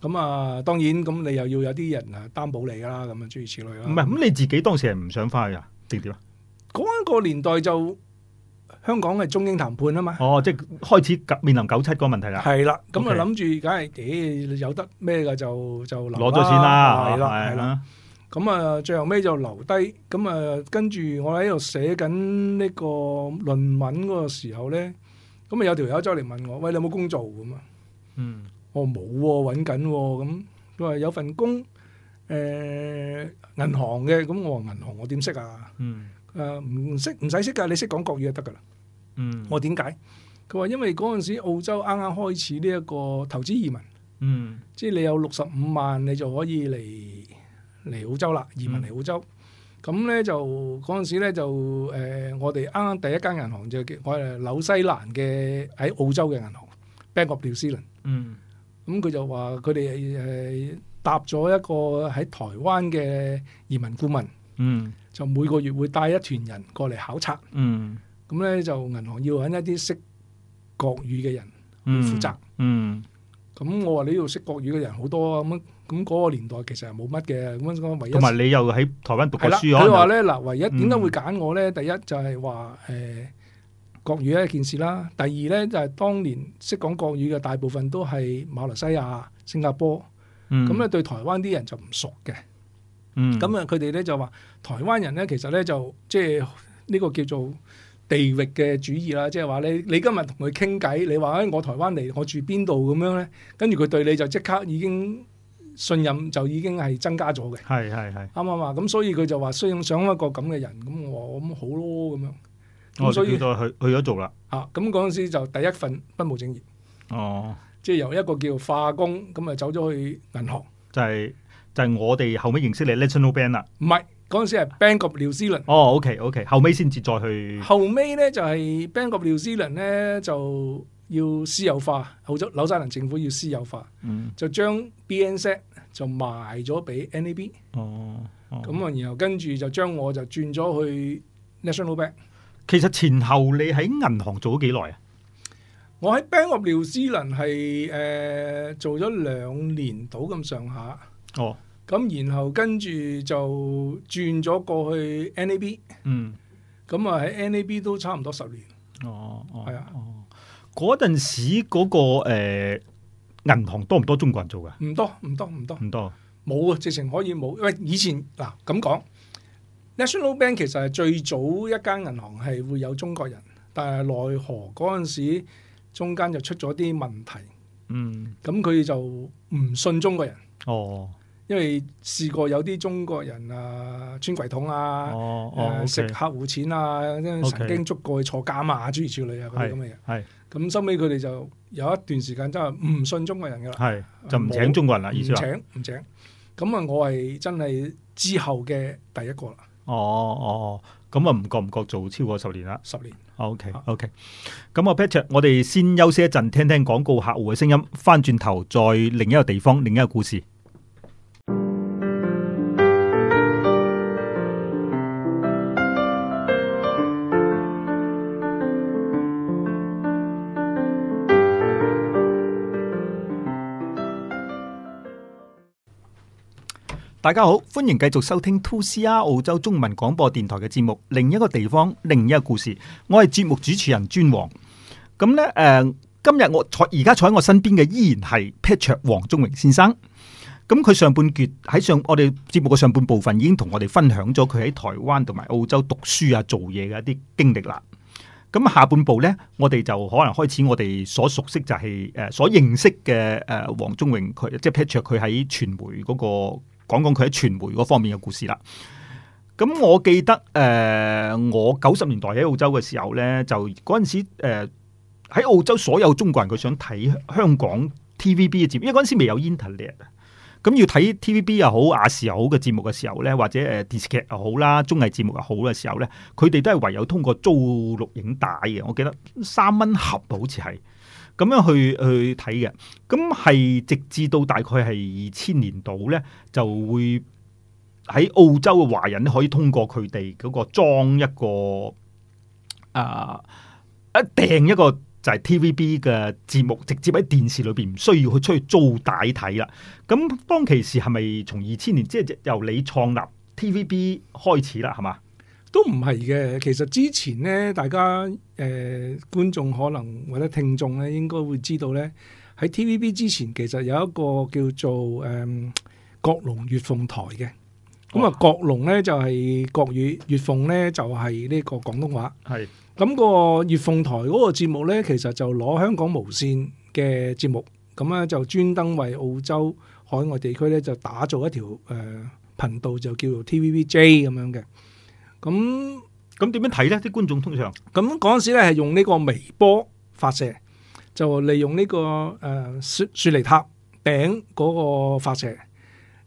Speaker 2: 咁啊，當然咁你又要有啲人啊擔保你啦，咁啊諸如此類啦。
Speaker 1: 唔係咁你自己當時係唔想翻去啊？定點啊？
Speaker 2: 嗰一個年代就香港係中英談判啊嘛，
Speaker 1: 哦，即係開始九面臨九七個問題啦。
Speaker 2: 係啦，咁啊
Speaker 1: OK
Speaker 2: 諗住梗係，咦有得咩嘅就就留
Speaker 1: 攞咗先啦，
Speaker 2: 係啦
Speaker 1: 係
Speaker 2: 係啦，
Speaker 1: 啦，
Speaker 2: 咁啊最後尾就留低，咁啊跟住我喺度寫緊呢個論文嗰個時候咧，咁啊有條友走嚟問我，喂你有冇工做咁啊？
Speaker 1: 嗯，
Speaker 2: 我冇喎，揾緊喎，咁佢話有份工，誒、銀行嘅，咁我話銀行我點識啊？
Speaker 1: 嗯，
Speaker 2: 誒唔識唔使識㗎，你識講國語就得㗎啦。
Speaker 1: 嗯，
Speaker 2: 我點解？佢話因為嗰陣時澳洲啱啱開始呢一個投資移民，
Speaker 1: 嗯，
Speaker 2: 即係你有六十五萬，你就可以嚟嚟澳洲啦，移民嚟澳洲。咁咧就嗰陣時咧就誒、呃我哋啱啱第一間銀行就叫我係紐西蘭嘅喺澳洲嘅銀行 Bank of New Zealand。
Speaker 1: 嗯，
Speaker 2: 咁佢就話佢哋誒搭咗一個喺台灣嘅移民顧問，
Speaker 1: 嗯，
Speaker 2: 就每個月會帶一團人過嚟考察。
Speaker 1: 嗯，
Speaker 2: 咁咧就銀行要揾一啲識國語嘅人。
Speaker 1: 嗯，
Speaker 2: 負責，
Speaker 1: 嗯，
Speaker 2: 咁我話你呢度識國語嘅人好多啊，咁咁嗰個年代其實係冇乜嘅，咁我唯一
Speaker 1: 同埋你又喺台灣讀
Speaker 2: 係
Speaker 1: 過
Speaker 2: 啦，
Speaker 1: 書
Speaker 2: 佢話
Speaker 1: 啊，
Speaker 2: 咧嗱，唯一點解會揀我咧？第一就係話誒國語一件事啦，第二咧就係、當年識講國語嘅大部分都係馬來西亞、新加坡，
Speaker 1: 嗯
Speaker 2: 咁咧、，對台灣啲人就唔熟嘅，
Speaker 1: 嗯，
Speaker 2: 咁啊佢哋咧就話台灣人咧其實咧就即係呢個叫做。地域嘅主義啦，即係話你你今日同佢傾偈，你話誒、哎我台灣嚟，我住邊度咁樣咧，跟住佢對你就即刻已經信任就已經係增加咗嘅，
Speaker 1: 係係係，
Speaker 2: 啱唔啱啊？咁所以佢就話需要想一個咁嘅人，咁我話咁好咯咁樣，
Speaker 1: 我
Speaker 2: 咁
Speaker 1: 就
Speaker 2: 所以
Speaker 1: 叫咗去去咗做啦，
Speaker 2: 啊咁嗰陣時就第一份不務正業，
Speaker 1: 哦，
Speaker 2: 即係由一個叫化工咁啊走咗去銀行，
Speaker 1: 就係就係我哋後尾認識你 National Band 啦，
Speaker 2: 唔係嗰陣時係 Bank of New Zealand。
Speaker 1: 哦，OK OK，後尾先至再去，
Speaker 2: 後尾咧就係、Bank of New Zealand 咧就要私有化，澳洲紐西蘭政府要私有化，
Speaker 1: 嗯，
Speaker 2: 就將 BNZ 就賣咗俾 NAB，
Speaker 1: 哦，哦
Speaker 2: 咁啊，然後跟住就將我就轉咗去 National Bank。
Speaker 1: 其實前後你喺銀行做咗幾耐啊？
Speaker 2: 我喺 Bank of New Zealand 係誒做咗兩年到咁上下，
Speaker 1: 哦，
Speaker 2: 咁然後跟住就轉咗過去 NAB，
Speaker 1: 嗯。
Speaker 2: 咁啊喺 NAB 都差唔多十年，
Speaker 1: 哦，
Speaker 2: 係啊
Speaker 1: 哦，嗰陣時嗰、個誒銀行多唔多中國人做噶？
Speaker 2: 唔多唔多唔多。
Speaker 1: 唔多，
Speaker 2: 冇啊，直情可以冇。喂，以前嗱咁講，National Bank 其實係最早一間銀行係會有中國人，但係奈何嗰陣時中間就出咗啲問題，
Speaker 1: 嗯，
Speaker 2: 咁佢就唔信中國人，
Speaker 1: 哦，
Speaker 2: 因為試過有啲中國人啊穿櫃桶啊，
Speaker 1: 哦，
Speaker 2: 誒
Speaker 1: 哦，
Speaker 2: 食客戶錢啊，因為
Speaker 1: OK
Speaker 2: 曾經捉過去坐監啊，諸如此類啊嗰啲咁嘅嘢。
Speaker 1: 係
Speaker 2: 咁收尾佢哋就有一段時間真係唔信中國人㗎啦。
Speaker 1: 係就唔請中國人啦，啊意
Speaker 2: 唔
Speaker 1: 思話，
Speaker 2: 請唔請，咁啊，我係真係之後嘅第一個啦，
Speaker 1: 哦哦，咁啊唔覺唔覺做超過十年啦
Speaker 2: 十年。
Speaker 1: ，OK
Speaker 2: 啊
Speaker 1: OK，咁啊 Patrick，我哋先休息一陣，聽聽廣告客戶嘅聲音，翻轉頭再另一個地方，另一個故事。大家好，歡迎繼續收聽 Two C R 澳洲中文廣播電台嘅節目，另一個地方，另一個故事。我係節目主持人尊王。咁呢，誒、呃今日我坐而家坐喺我身邊嘅依然係 Patrick 黃宗榮先生。咁佢上半橛喺上我哋節目嘅上半部分已經同我哋分享咗佢喺台灣同埋澳洲讀書啊、做嘢嘅一啲經歷啦。咁下半部呢，我哋就可能開始我哋所熟悉就係、呃所認識嘅誒黃宗榮佢，即係 Patrick 佢喺傳媒嗰、個講講佢喺傳媒嗰方面嘅故事啦。咁我記得誒、呃我九十年代喺澳洲嘅時候呢，就嗰陣時呃喺、澳洲所有中國人佢想睇香港 TVB 嘅節目，因為嗰陣時未有 internet 啊。咁要睇 TVB 又好，亞視又好嘅節目嘅時候呢，或者誒電視劇又好啦，綜藝節目又好嘅時候呢，佢哋都係唯有通過租錄影帶嘅。我記得三蚊盒好似係咁樣去去睇嘅。咁係直至到大概係二千年度呢，就會喺澳洲嘅華人可以通過佢哋嗰個裝一個啊一訂一個就係 TVB 嘅節目，直接喺電視裏邊唔需要去出去租帶睇啦。咁當其時係咪從二千年，即係由你創立 TVB 開始啦，係嘛？
Speaker 2: 都唔係嘅，其實之前咧，大家誒、呃、觀眾可能或者聽眾咧，應該會知道咧，喺 TVB 之前其實有一個叫做誒、嗯國龍粵鳳台嘅。咁啊
Speaker 1: 哇，
Speaker 2: 國龍咧就係、國語，粵鳳咧就係、呢個廣東話。
Speaker 1: 係
Speaker 2: 咁、個粵鳳台嗰個節目咧，其實就攞香港無線嘅節目，咁咧就專登為澳洲海外地區咧就打造一條誒、呃、頻道，就叫做 TVBJ 咁樣嘅。咁
Speaker 1: 咁點樣睇呢？啲觀眾通常
Speaker 2: 咁嗰陣時咧係用呢個微波發射，就利用呢、個誒、呃雪雪梨塔頂嗰個發射。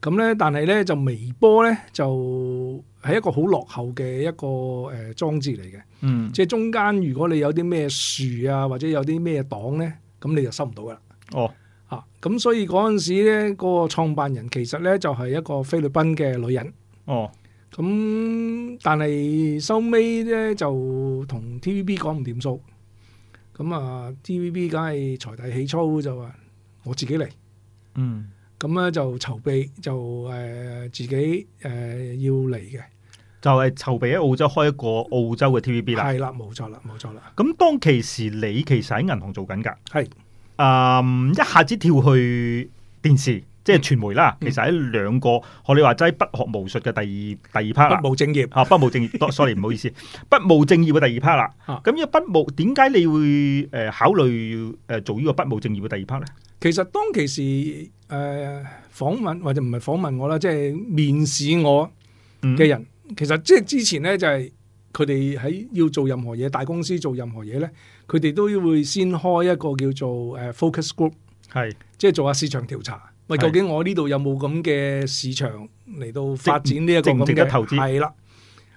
Speaker 2: 咁咧，但係咧就微波咧就係一個好落後嘅一個誒、呃、裝置嚟嘅，
Speaker 1: 嗯
Speaker 2: 即係中間如果你有啲咩樹啊或者有啲咩擋咧，咁你就收唔到噶啦。
Speaker 1: 哦
Speaker 2: 啊，咁所以嗰陣時咧，個創辦人其實咧就係、一個菲律賓嘅女人。
Speaker 1: 哦
Speaker 2: 咁但係收尾咧就同 TVB 講唔掂數，咁啊 TVB 梗係財大氣粗就話我自己嚟，
Speaker 1: 嗯
Speaker 2: 咁咧就籌備就誒、呃自己誒、呃要嚟嘅，
Speaker 1: 就係籌備喺澳洲開一個澳洲嘅 TVB 啦。
Speaker 2: 係啦，冇錯啦，冇錯啦，
Speaker 1: 咁當其時你其實喺銀行做緊㗎，
Speaker 2: 係
Speaker 1: 嗯一下子跳去電視。即係傳媒啦，
Speaker 2: 嗯
Speaker 1: 其實喺兩個學你話齋不學無術嘅第二第二 part 啦
Speaker 2: 不務正業。
Speaker 1: 啊，不務正業多，sorry，唔好意思， 不務正業嘅第二 part 啦。
Speaker 2: 啊
Speaker 1: 咁呢個不務點解你會誒、呃考慮誒做呢個不務正業嘅第二 part 咧？
Speaker 2: 其實當其時誒、呃、訪問或者唔係訪問我啦，即係面試我
Speaker 1: 嗯
Speaker 2: 嘅人，其實即係之前咧就係佢哋喺要做任何嘢，大公司做任何嘢咧，佢哋都會先開一個叫做誒 focus group，
Speaker 1: 係
Speaker 2: 即係做下市場調查。喂，
Speaker 1: 係
Speaker 2: 究竟我呢度有冇咁嘅市場嚟到發展呢一個
Speaker 1: 值唔
Speaker 2: 咁
Speaker 1: 值
Speaker 2: 嘅
Speaker 1: 得投資
Speaker 2: 係啦，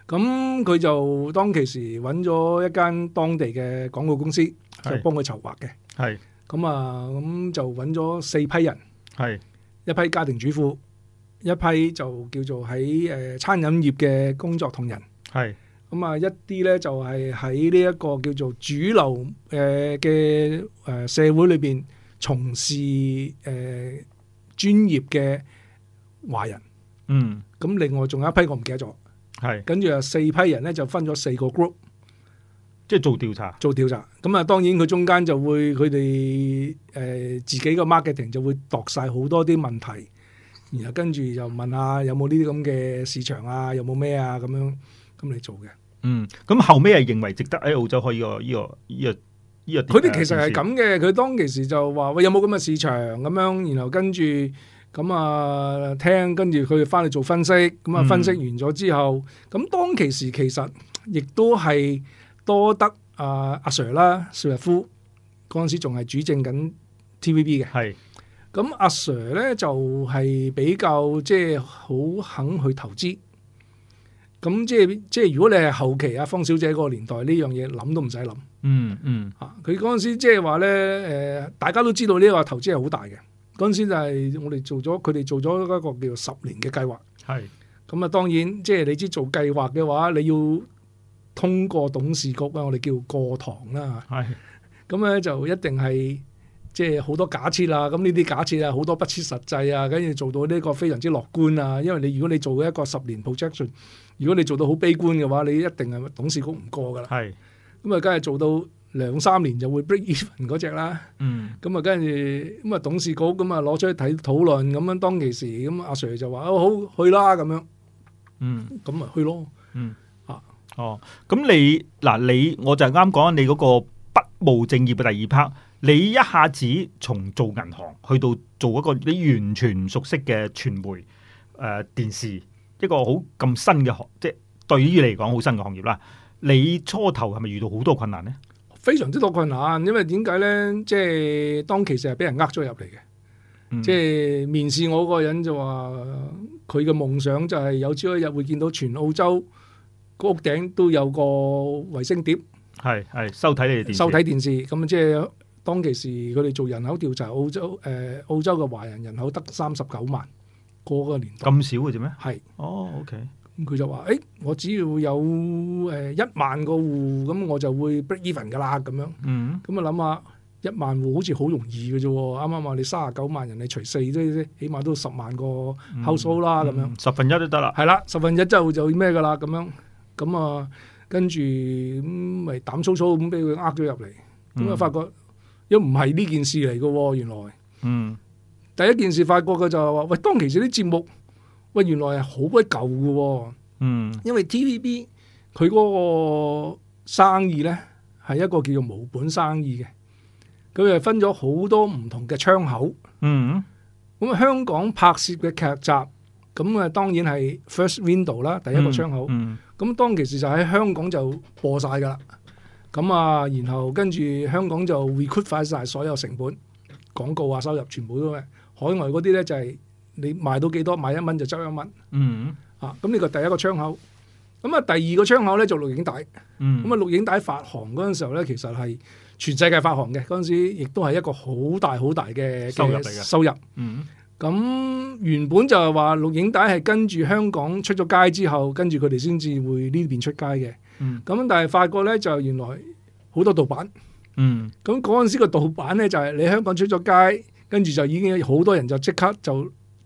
Speaker 2: 咁佢就當其時揾咗一間當地嘅廣告公司，就
Speaker 1: 係
Speaker 2: 幫佢籌劃嘅。
Speaker 1: 係
Speaker 2: 咁啊，咁就揾咗四批人。
Speaker 1: 係
Speaker 2: 一批家庭主婦，一批就叫做喺誒、呃餐飲業嘅工作同仁，
Speaker 1: 係
Speaker 2: 咁啊一啲咧就係喺呢一個叫做主流誒嘅誒社會裏邊從事誒、呃、專業嘅華人，
Speaker 1: 嗯
Speaker 2: 咁另外仲有一批我唔記得咗，
Speaker 1: 係，
Speaker 2: 跟住啊四批人咧就分咗四個 group
Speaker 1: 即係做調查。
Speaker 2: 做調查，咁啊當然佢中間就會佢哋誒自己個 marketing 就會度晒好多啲問題，然後跟住就問下有冇呢啲咁嘅市場啊，有冇咩啊咁樣咁嚟做嘅。
Speaker 1: 嗯，咁後尾係認為值得喺澳洲開呢、個呢、個呢、個呢、個
Speaker 2: 佢
Speaker 1: 電
Speaker 2: 哋其實
Speaker 1: 電視
Speaker 2: 係。咁嘅，佢當其時就話喂有冇咁嘅市場咁樣，然後跟住咁啊聽，跟住佢哋翻去做分析，咁啊
Speaker 1: 嗯
Speaker 2: 分析完咗之後，咁、當其時其實亦都係多得啊阿 Sir 啦，邵逸夫嗰陣時仲係主政緊 TVB 嘅，
Speaker 1: 係
Speaker 2: 咁阿 Sir 咧就係、比較即係好肯去投資。咁即係即係，如果你係後期啊，方小姐嗰個年代呢樣嘢諗都唔使諗。
Speaker 1: 嗯嗯
Speaker 2: 啊！佢嗰陣時即係話咧，誒、大家都知道呢個投資係好大嘅。嗰陣時就係我哋做咗，佢哋做咗一個叫做十年嘅計劃。
Speaker 1: 係
Speaker 2: 咁啊，當然即係你知做計劃嘅話，你要通過董事局啊，我哋叫過堂啦。
Speaker 1: 係
Speaker 2: 咁咧就一定係即係好多假設啦。咁呢啲假設啊，好多不切實際啊，跟住做到呢個非常之樂觀啊。因為你如果你做一個十年 projection，如果你做到好悲觀嘅話，你一定係董事局唔過噶啦。
Speaker 1: 係
Speaker 2: 咁啊，梗係做到兩三年就會 break even 嗰只啦。
Speaker 1: 嗯
Speaker 2: 咁啊，跟住咁啊，董事局咁啊攞出去睇討論，咁樣當其時咁阿 Sir 就話：哦好去啦咁樣，
Speaker 1: 嗯
Speaker 2: 咁咪去咯。
Speaker 1: 嗯
Speaker 2: 啊
Speaker 1: 哦，咁你嗱你我就係啱講你嗰個不務正業嘅第二 part，你一下子從做銀行去到做一個你完全唔熟悉嘅傳媒、誒、呃電視，一個好咁新嘅行，即係對於你嚟講好新嘅行業啦。你初頭係咪遇到好多困難呢？
Speaker 2: 非常之多困難，因為點解咧？即係當其實係俾人呃咗入嚟嘅，
Speaker 1: 嗯
Speaker 2: 即係面試我嗰個人就話佢嘅夢想就係有朝一日會見到全澳洲個屋頂都有個衛星碟
Speaker 1: 係係收睇你哋電視
Speaker 2: 收睇電視，咁即係當其時佢哋做人口調查，澳洲誒、呃澳洲嘅華人人口得三十九萬，嗰個年代
Speaker 1: 咁少嘅啫咩？
Speaker 2: 係。
Speaker 1: 哦，OK，
Speaker 2: 咁佢就話：，誒、我只要有誒、呃一萬個戶，咁我就會 break even 噶啦，咁樣。
Speaker 1: 嗯，
Speaker 2: 咁啊諗下，一萬戶好似好容易嘅啫喎，啱啱話你三十九萬人，你除四都起碼都十萬個
Speaker 1: 嗯
Speaker 2: household 啦，咁樣
Speaker 1: 嗯十分一都得啦。
Speaker 2: 係啦，十分一就就咩噶啦，咁樣咁啊，跟住咁咪膽粗粗咁俾佢呃咗入嚟，咁啊
Speaker 1: 嗯
Speaker 2: 發覺又唔係呢件事嚟嘅喎，原來
Speaker 1: 嗯
Speaker 2: 第一件事發覺嘅就係話，喂，當其時啲節目，喂原來係好鬼舊嘅喎。
Speaker 1: 嗯
Speaker 2: 因為 TVB 佢嗰個生意呢，係一個叫做無本生意嘅，佢係分咗好多唔同嘅窗口。
Speaker 1: 嗯
Speaker 2: 咁啊，香港拍攝嘅劇集，咁啊當然係 first window 啦，第一個窗口。
Speaker 1: 嗯
Speaker 2: 咁、當其時就喺香港就播晒㗎啦。咁啊，然後跟住香港就 recoup 快晒所有成本、廣告啊、收入全部都係海外嗰啲呢，就係、你賣到幾多賣一蚊就執一蚊
Speaker 1: 嗯
Speaker 2: 啊！咁呢個第一個窗口。咁啊，第二個窗口呢，就錄影帶。
Speaker 1: 嗯
Speaker 2: 咁啊，錄影帶發行嗰陣時候咧，其實係全世界發行嘅，嗰陣時亦都係一個好大好大嘅嘅
Speaker 1: 收入嚟嘅
Speaker 2: 收入。
Speaker 1: 嗯
Speaker 2: 咁原本就係話錄影帶係跟住香港出咗街之後，跟住佢哋先至會呢邊出街嘅。
Speaker 1: 嗯
Speaker 2: 咁但係發覺咧，就原來好多盜版。
Speaker 1: 嗯
Speaker 2: 咁嗰陣時個盜版咧，就係、你香港出咗街，跟住就已經有好多人就即刻就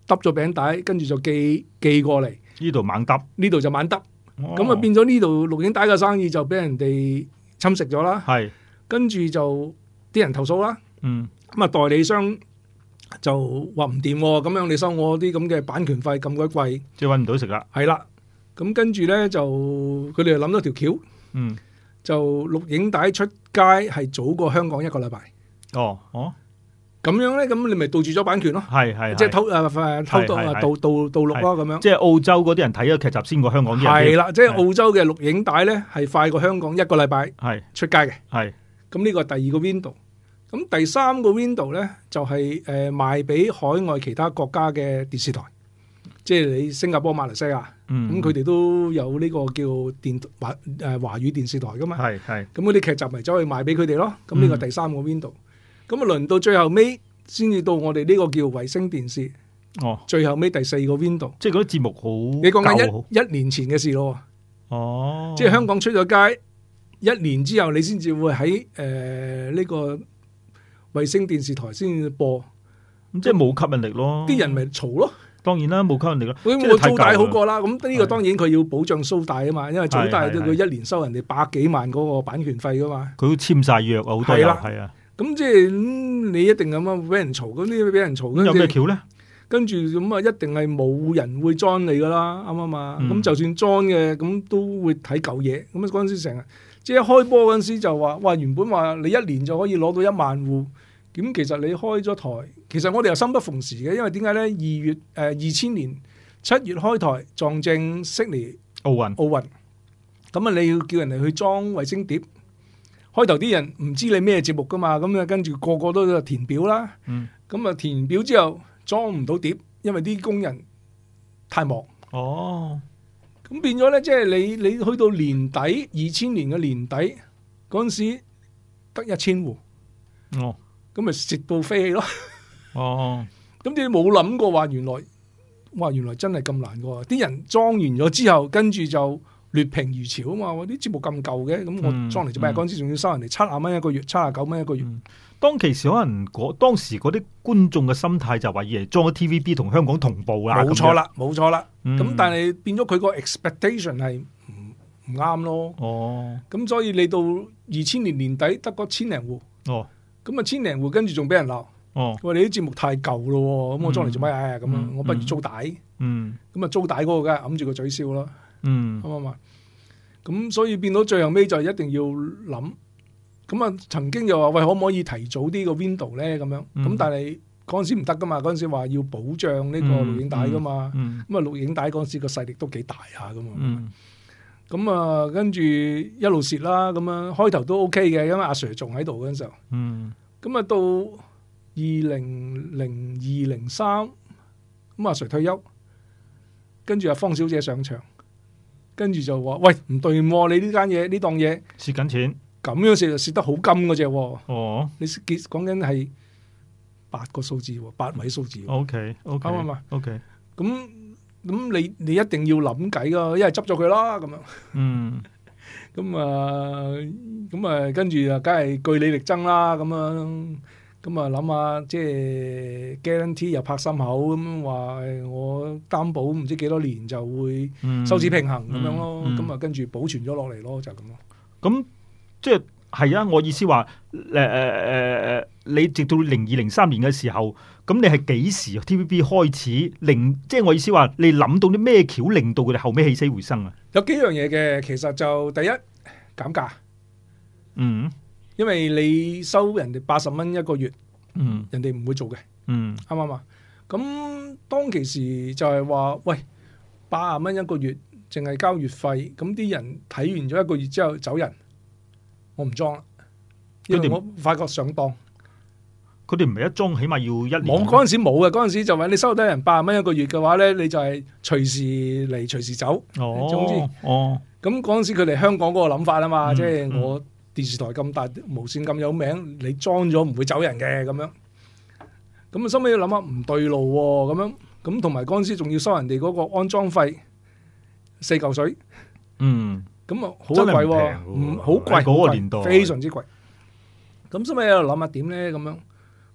Speaker 2: 揼咗餅帶，跟住就寄寄過嚟，
Speaker 1: 呢度猛揼，
Speaker 2: 呢度就猛揼。咁
Speaker 1: 咁
Speaker 2: 啊變咗呢度錄影帶嘅生意就俾人哋侵蝕咗啦。
Speaker 1: 係
Speaker 2: 跟住就啲人投訴啦，
Speaker 1: 嗯
Speaker 2: 咁啊代理商就話唔掂喎，咁樣你收我啲咁嘅版權費咁鬼貴，
Speaker 1: 即係揾唔到食啦。
Speaker 2: 係啦，咁跟住呢，就佢哋就諗咗條橋，
Speaker 1: 嗯
Speaker 2: 就錄影帶出街係早過香港一個禮拜，
Speaker 1: 哦哦
Speaker 2: 咁樣呢，咁你咪盜住咗版權咯，
Speaker 1: 係係
Speaker 2: 即係
Speaker 1: 係
Speaker 2: 偷誒誒偷盜
Speaker 1: 係係
Speaker 2: 啊盜盜盜錄咯咁樣，
Speaker 1: 即係澳洲嗰啲人睇咗劇集先過香港啲人
Speaker 2: 係
Speaker 1: 添。
Speaker 2: 啦，即係
Speaker 1: 係
Speaker 2: 澳洲嘅錄影帶呢，係快過香港一個禮拜
Speaker 1: 係
Speaker 2: 出街嘅。
Speaker 1: 係
Speaker 2: 咁呢個第二個 window。咁第三個 window 呢，就係、誒、賣俾海外其他國家嘅電視台，即係你新加坡、馬來西亞，
Speaker 1: 嗯
Speaker 2: 咁佢哋都有呢個叫呃電華誒、華語電視台噶嘛。
Speaker 1: 係係
Speaker 2: 咁嗰啲劇集咪走去賣俾佢哋咯。咁呢個
Speaker 1: 嗯
Speaker 2: 第三個 window。咁啊，輪到最後尾先至到我哋呢個叫衛星電視，
Speaker 1: 哦，
Speaker 2: 最後尾第四個 window。
Speaker 1: 即係嗰啲節目好
Speaker 2: 你講緊
Speaker 1: 舊
Speaker 2: 一一年前嘅事咯喎。
Speaker 1: 哦，
Speaker 2: 即係香港出咗街一年之後，你先至會喺誒呢個衛星電視台先至播，
Speaker 1: 哦咁即係冇吸引力咯。
Speaker 2: 啲人咪嘈咯。
Speaker 1: 當然啦，冇吸引力啦。
Speaker 2: 我
Speaker 1: 即係
Speaker 2: 我
Speaker 1: 太
Speaker 2: 租帶
Speaker 1: 舊
Speaker 2: 好
Speaker 1: 啦
Speaker 2: 過啦，咁呢
Speaker 1: 啊係
Speaker 2: 個當然佢要保障租帶啊嘛，因為租帶
Speaker 1: 係係
Speaker 2: 都佢一年收人哋百幾萬嗰個版權費噶嘛。
Speaker 1: 佢都簽晒約啊，好多
Speaker 2: 係
Speaker 1: 人
Speaker 2: 啦
Speaker 1: 係啊。
Speaker 2: 咁即係咁你一定咁啊樣俾人嘈，咁呢啲俾人嘈，
Speaker 1: 咁有
Speaker 2: 跟
Speaker 1: 咩
Speaker 2: 住
Speaker 1: 橋咧？
Speaker 2: 跟住咁啊，一定係冇人會 join 你噶啦，啱唔啱啊？
Speaker 1: 嗯
Speaker 2: 咁就算 join 嘅，咁都會睇舊嘢。咁嗰陣時成日，即係一開波嗰陣時就話，哇！原本話你一年就可以攞到一萬戶，咁其實你開咗台，其實我哋又生不逢時嘅，因為點解呢？二月誒呃二千年七月開台，撞正悉尼
Speaker 1: 奧運
Speaker 2: 奧運，咁啊你要叫人哋去裝衛星碟，開頭啲人唔知你咩節目噶嘛，咁啊跟住個個都填表啦。
Speaker 1: 嗯
Speaker 2: 咁啊填完表之後裝唔到碟，因為啲工人太忙。
Speaker 1: 哦，
Speaker 2: 咁變咗呢，即係你你去到年底二千年嘅年底嗰陣時，得一千户，
Speaker 1: 哦
Speaker 2: 咁咪蝕到飛起咯。
Speaker 1: 哦，
Speaker 2: 咁你冇諗過話原來，哇原來真係咁難㗎喎！啲人裝完咗之後，跟住就劣評如潮啊嘛！我啲節目咁舊嘅，咁
Speaker 1: 嗯
Speaker 2: 我裝嚟做咩？
Speaker 1: 嗯
Speaker 2: 嗰陣時仲要收人哋七廿蚊一個月，七廿九蚊一個月。
Speaker 1: 當其時可能嗰當時嗰啲觀眾嘅心態就話，耶，裝咗 TVB 同香港同步啦，
Speaker 2: 冇錯啦，冇錯啦。
Speaker 1: 咁樣。嗯
Speaker 2: 咁但
Speaker 1: 係
Speaker 2: 係變咗佢個 expectation 係唔唔啱咯。
Speaker 1: 哦
Speaker 2: 咁所以你到二千年年底得嗰千零戶，
Speaker 1: 哦
Speaker 2: 咁啊千零戶跟住仲俾人鬧，
Speaker 1: 哦，
Speaker 2: 喂你啲節目太舊咯喎，咁我裝嚟做咩？唉咁啊
Speaker 1: 嗯，
Speaker 2: 我不如租帶，
Speaker 1: 嗯
Speaker 2: 咁啊租帶嗰個梗係揞住個嘴笑啦，
Speaker 1: 嗯
Speaker 2: 啱唔啱啊？咁所以變到最後尾就一定要諗。咁啊，曾經又話喂，可唔可以提早啲個 window 咧？咁樣咁，
Speaker 1: 嗯
Speaker 2: 但係嗰陣時唔得噶嘛，嗰陣時話要保障呢個錄影帶噶嘛。
Speaker 1: 嗯
Speaker 2: 咁啊，錄影帶嗰陣時個勢力都幾大下噶嘛。
Speaker 1: 嗯
Speaker 2: 咁啊，跟住一路蝕啦，咁樣開頭都 OK 嘅，因為阿 Sir 仲喺度嗰陣時候。
Speaker 1: 嗯
Speaker 2: 咁啊，到二零零二零三，咁阿 Sir 退休，跟住阿方小姐上場，跟住就話：喂，唔對喎，你呢間嘢呢檔嘢
Speaker 1: 蝕緊錢
Speaker 2: 咁樣蝕就蝕得好金嗰只喎。
Speaker 1: 哦
Speaker 2: 你結講緊係八個數字喎，八位數字喎。
Speaker 1: ，OK OK
Speaker 2: 啱唔啊啱
Speaker 1: OK，
Speaker 2: 咁咁你你一定要諗計噶，一係執咗佢啦咁樣。
Speaker 1: 嗯
Speaker 2: 咁啊，咁啊，跟住啊，梗係據理力爭啦，咁樣，咁啊諗下，即係 guarantee 又拍心口咁話，誒我擔保唔知幾多年就會
Speaker 1: 嗯，
Speaker 2: 收支平衡咁樣咯，
Speaker 1: 嗯嗯
Speaker 2: 咁啊跟住保存咗落嚟咯，就係咁咯。
Speaker 1: 咁即係係啊！我意思話呃誒誒誒誒，呃你直到零二零三年嘅時候，咁你係幾時啊 TVB 開始令？即係我意思話，你諗到啲咩橋令到佢哋後尾起死回生啊？
Speaker 2: 有幾樣嘢嘅，其實就第一減價，
Speaker 1: 嗯
Speaker 2: 因為你收人哋八十蚊一個月，
Speaker 1: 嗯
Speaker 2: 人哋唔會做嘅。
Speaker 1: 嗯
Speaker 2: 啱唔啱啊？咁當其時就係話，喂，八十蚊一個月，淨係交月費，咁啲人睇完咗一個月之後走人，我唔裝啦，因為
Speaker 1: 佢哋
Speaker 2: 我發覺上當。
Speaker 1: 佢哋唔係一裝，起碼要一年。
Speaker 2: 我嗰陣時冇嘅，嗰陣時就話你收得人八十蚊一個月嘅話呢，你就係隨時嚟隨時走。
Speaker 1: 哦，
Speaker 2: 總之
Speaker 1: 哦，
Speaker 2: 咁嗰陣時佢哋香港嗰個諗法啊嘛，
Speaker 1: 嗯
Speaker 2: 即係
Speaker 1: 嗯
Speaker 2: 我電視台咁大，無線咁有名，你裝咗唔會走人嘅咁樣。咁啊，收尾諗下唔對路喎、咁樣咁同埋嗰陣時仲要收人哋嗰個安裝費四嚿水，
Speaker 1: 嗯
Speaker 2: 咁啊好
Speaker 1: 真係
Speaker 2: 貴
Speaker 1: 唔
Speaker 2: 喎、
Speaker 1: 平喎哦
Speaker 2: 唔好貴，
Speaker 1: 喺嗰個
Speaker 2: 好貴
Speaker 1: 年代
Speaker 2: 非常之貴。咁收尾喺度諗下點咧咁樣，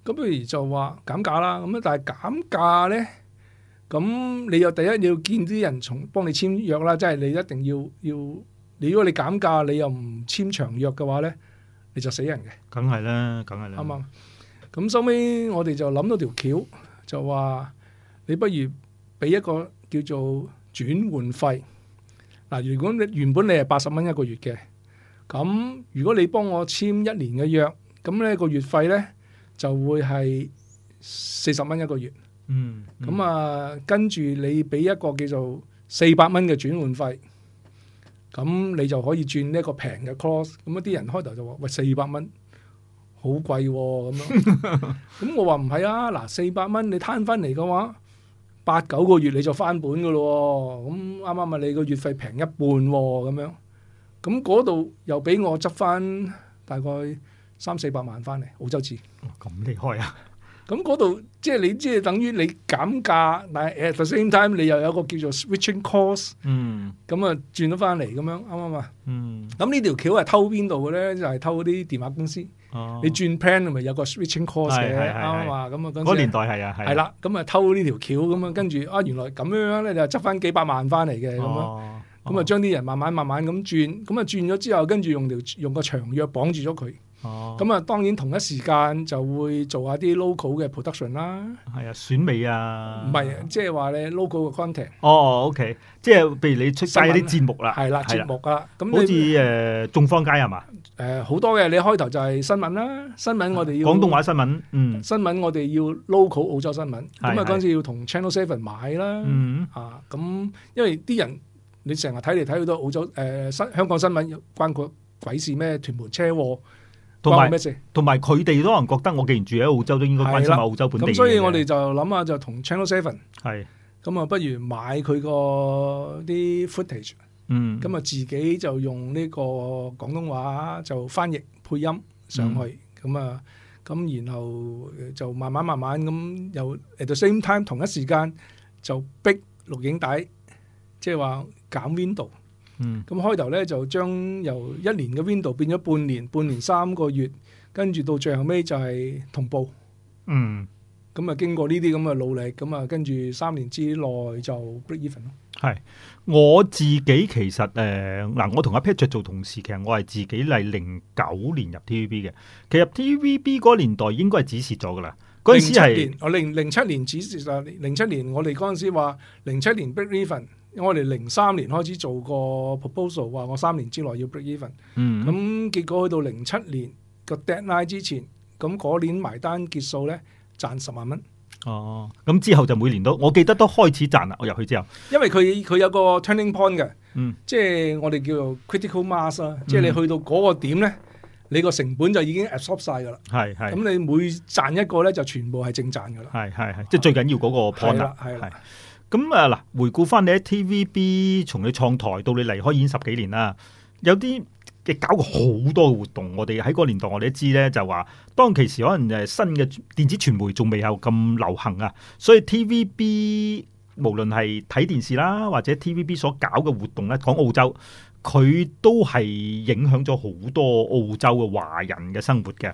Speaker 2: 咁不如就話減價啦。咁啊，但係減價咧，咁你又第一要見啲人從幫你簽約啦，即係你一定要要，你如果你減價你又唔簽長約嘅話咧，你就死人嘅。
Speaker 1: 梗係啦，梗係啦，
Speaker 2: 啱啊唔啱？咁收尾我哋就諗到條橋，就話你不如俾一個叫做轉換費。嗱，如果你原本你係八十蚊一個月嘅，咁如果你幫我簽一年嘅約，咁呢個月費呢就會係四十蚊一個月。
Speaker 1: 嗯，嗯
Speaker 2: 咁啊，跟住你俾一個叫做四百蚊嘅轉換費，咁你就可以轉呢一個平嘅 course。咁啊一啲人開頭就話：喂，四百蚊好貴喎、咁樣。咁我話唔係啊，嗱，四百蚊你攤翻嚟嘅話，八九個月你就翻本噶咯喎。咁啱啱啊，你個月費平一半喎、咁樣。咁嗰度又俾我執翻大概三四百萬翻嚟澳洲紙。
Speaker 1: 咁厲害啊！
Speaker 2: 咁嗰度即係你即係等於你減價，但係 at the same time 你又有一個叫做 switching cost，
Speaker 1: 嗯
Speaker 2: 咁啊轉咗翻嚟咁樣啱唔啱啊？
Speaker 1: 嗯，
Speaker 2: 咁呢條橋係偷邊度嘅咧？就係、偷嗰啲電話公司，
Speaker 1: 哦
Speaker 2: 你轉 plan 咪有個 switching cost 嘅
Speaker 1: 係係係
Speaker 2: 啱唔啱啊？咁啊嗰陣時
Speaker 1: 嗰年代係啊，係啊
Speaker 2: 係，啦，咁啊偷呢條橋咁啊，跟住啊原來咁樣樣咧你就執翻幾百萬翻嚟嘅咁樣。
Speaker 1: 哦
Speaker 2: 咁啊，將啲人慢慢慢慢咁轉，咁啊轉咗之後，跟住用條用個長約綁住咗佢。
Speaker 1: 哦，
Speaker 2: 咁啊，當然同一時間就會做下啲 local 嘅 production 啦。
Speaker 1: 係啊，選美啊，
Speaker 2: 唔係，即係話你 logo 嘅 content
Speaker 1: 哦，OK，即係譬如你出街啲節目啦，
Speaker 2: 係啦，節目啊，咁
Speaker 1: 好似
Speaker 2: 你
Speaker 1: 誒眾坊街係嘛？
Speaker 2: 誒好多嘅，你開頭就係新聞啦，新聞我哋要
Speaker 1: 啊廣東話新聞，嗯
Speaker 2: 新聞我哋要 local 澳洲新聞，咁
Speaker 1: 係
Speaker 2: 啊
Speaker 1: 係
Speaker 2: 嗰陣時要同 Channel Seven 買啦，
Speaker 1: 嗯
Speaker 2: 啊咁因為啲人你成日睇嚟睇去都澳洲誒新香港新聞關佢鬼事咩？屯門車禍
Speaker 1: 同
Speaker 2: 關我
Speaker 1: 埋
Speaker 2: 咩事？
Speaker 1: 同埋佢哋都可能覺得我既然住喺澳洲，都應該關心
Speaker 2: 係
Speaker 1: 下
Speaker 2: 啦
Speaker 1: 澳洲本地嘅嘢。
Speaker 2: 咁所以我哋就諗下就同 Channel Seven
Speaker 1: 係
Speaker 2: 咁啊，不如買佢個啲 footage。
Speaker 1: 嗯
Speaker 2: 咁啊自己就用呢個廣東話就翻譯配音上去，咁啊咁然後呃就慢慢慢慢咁又 at the same time 同一時間就逼錄影帶，即係話減 window。
Speaker 1: 嗯
Speaker 2: 咁開頭咧就將由一年嘅 window 變咗半年，半年三個月，跟住到最後尾就係同步。
Speaker 1: 嗯
Speaker 2: 咁啊經過呢啲咁嘅努力，咁啊跟住三年之內就 break even 咯。
Speaker 1: 係我自己其實誒嗱、我同阿 Patrick 做同事，其實我係自己係零九年入 TVB 嘅。其實入 TVB 嗰年代應該係指示咗噶啦，嗰陣時
Speaker 2: 07
Speaker 1: 係
Speaker 2: 年我零零七年指示啊，零七年我哋嗰陣時話零七年 break even，我哋零三年開始做個 proposal，話我三年之內要 break even。
Speaker 1: 嗯，
Speaker 2: 咁、結果去到零七年個 deadline 之前，咁嗰年埋單結數呢，賺十萬蚊，
Speaker 1: 哦，咁之後就每年都，我記得都開始賺啦。我入去之後，
Speaker 2: 因為佢佢有個 turning point 嘅，
Speaker 1: 嗯
Speaker 2: 即係我哋叫做 critical mass 啦，即係你
Speaker 1: 嗯
Speaker 2: 去到嗰個點呢，你個成本就已經 absorb 晒㗎啦。
Speaker 1: 係
Speaker 2: 咁
Speaker 1: 係
Speaker 2: 你每賺一個呢，就全部係正賺㗎啦。
Speaker 1: 係係係，即係最緊要嗰個
Speaker 2: 係
Speaker 1: point 啦。
Speaker 2: 啦，係啦，
Speaker 1: 咁啊嗱，回顧翻你喺 TVB 從你創台到你離開已經十幾年啦，有啲嘅搞過好多嘅活動，我哋喺嗰個年代我哋都知咧，就話當其時可能誒新嘅電子傳媒仲未有咁流行啊，所以 TVB 無論係睇電視啦，或者 TVB 所搞嘅活動咧，講澳洲。佢都係影響咗好多澳洲嘅華人嘅生活嘅。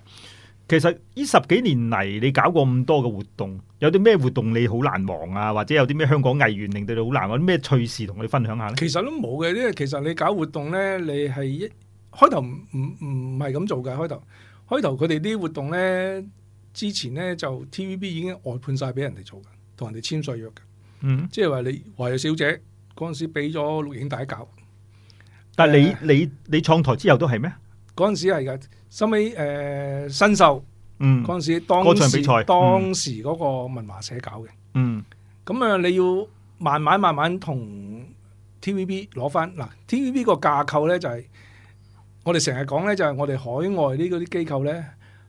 Speaker 1: 其實呢十幾年嚟，你搞過咁多嘅活動，有啲咩活動你好難忘啊？或者有啲咩香港藝員令到你好難忘？啲咩趣事同我哋分享下呢？
Speaker 2: 其實都冇嘅，因為其實你搞活動呢，你係一開頭唔唔唔係咁做嘅，開頭開頭佢哋啲活動呢，之前呢就 TVB 已經外判晒俾人哋做嘅，同人哋簽税約嘅，
Speaker 1: 嗯，
Speaker 2: 即係話你華裔小姐嗰陣時俾咗錄影帶搞，
Speaker 1: 但係
Speaker 2: 呃
Speaker 1: 你你你創台之後都係咩？
Speaker 2: 嗰陣時係嘅，收尾誒新秀
Speaker 1: 嗯
Speaker 2: 嗰陣時當
Speaker 1: 歌唱
Speaker 2: 時
Speaker 1: 比賽嗯
Speaker 2: 當時嗰個文華社搞嘅，
Speaker 1: 嗯
Speaker 2: 咁啊你要慢慢慢慢同 TVB 攞翻嗱，TVB 個架構咧就係、我哋成日講咧就係、我哋海外呢嗰啲機構咧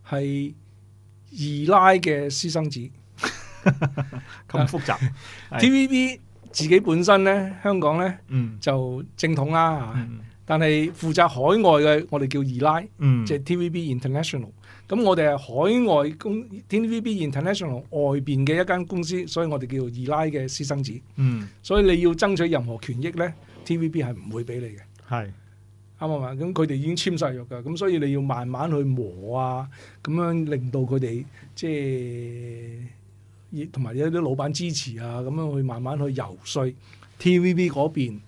Speaker 2: 係二奶嘅私生子啊
Speaker 1: 咁複雜。係
Speaker 2: ，TVB 自己本身咧香港咧
Speaker 1: 嗯
Speaker 2: 就正統啦，
Speaker 1: 嗯
Speaker 2: 但係負責海外嘅我哋叫二奶。
Speaker 1: 嗯
Speaker 2: 即係 TVB International。咁我哋係海外公 TVB International 外邊嘅一間公司，所以我哋叫做二奶嘅私生子。
Speaker 1: 嗯
Speaker 2: 所以你要爭取任何權益呢 t v b 係唔會俾你嘅，
Speaker 1: 係
Speaker 2: 啱唔啱？咁佢哋已經簽晒約㗎，咁所以你要慢慢去磨啊，咁樣令到佢哋即係亦同埋有啲老闆支持啊，咁樣去慢慢去游說 TVB 嗰邊、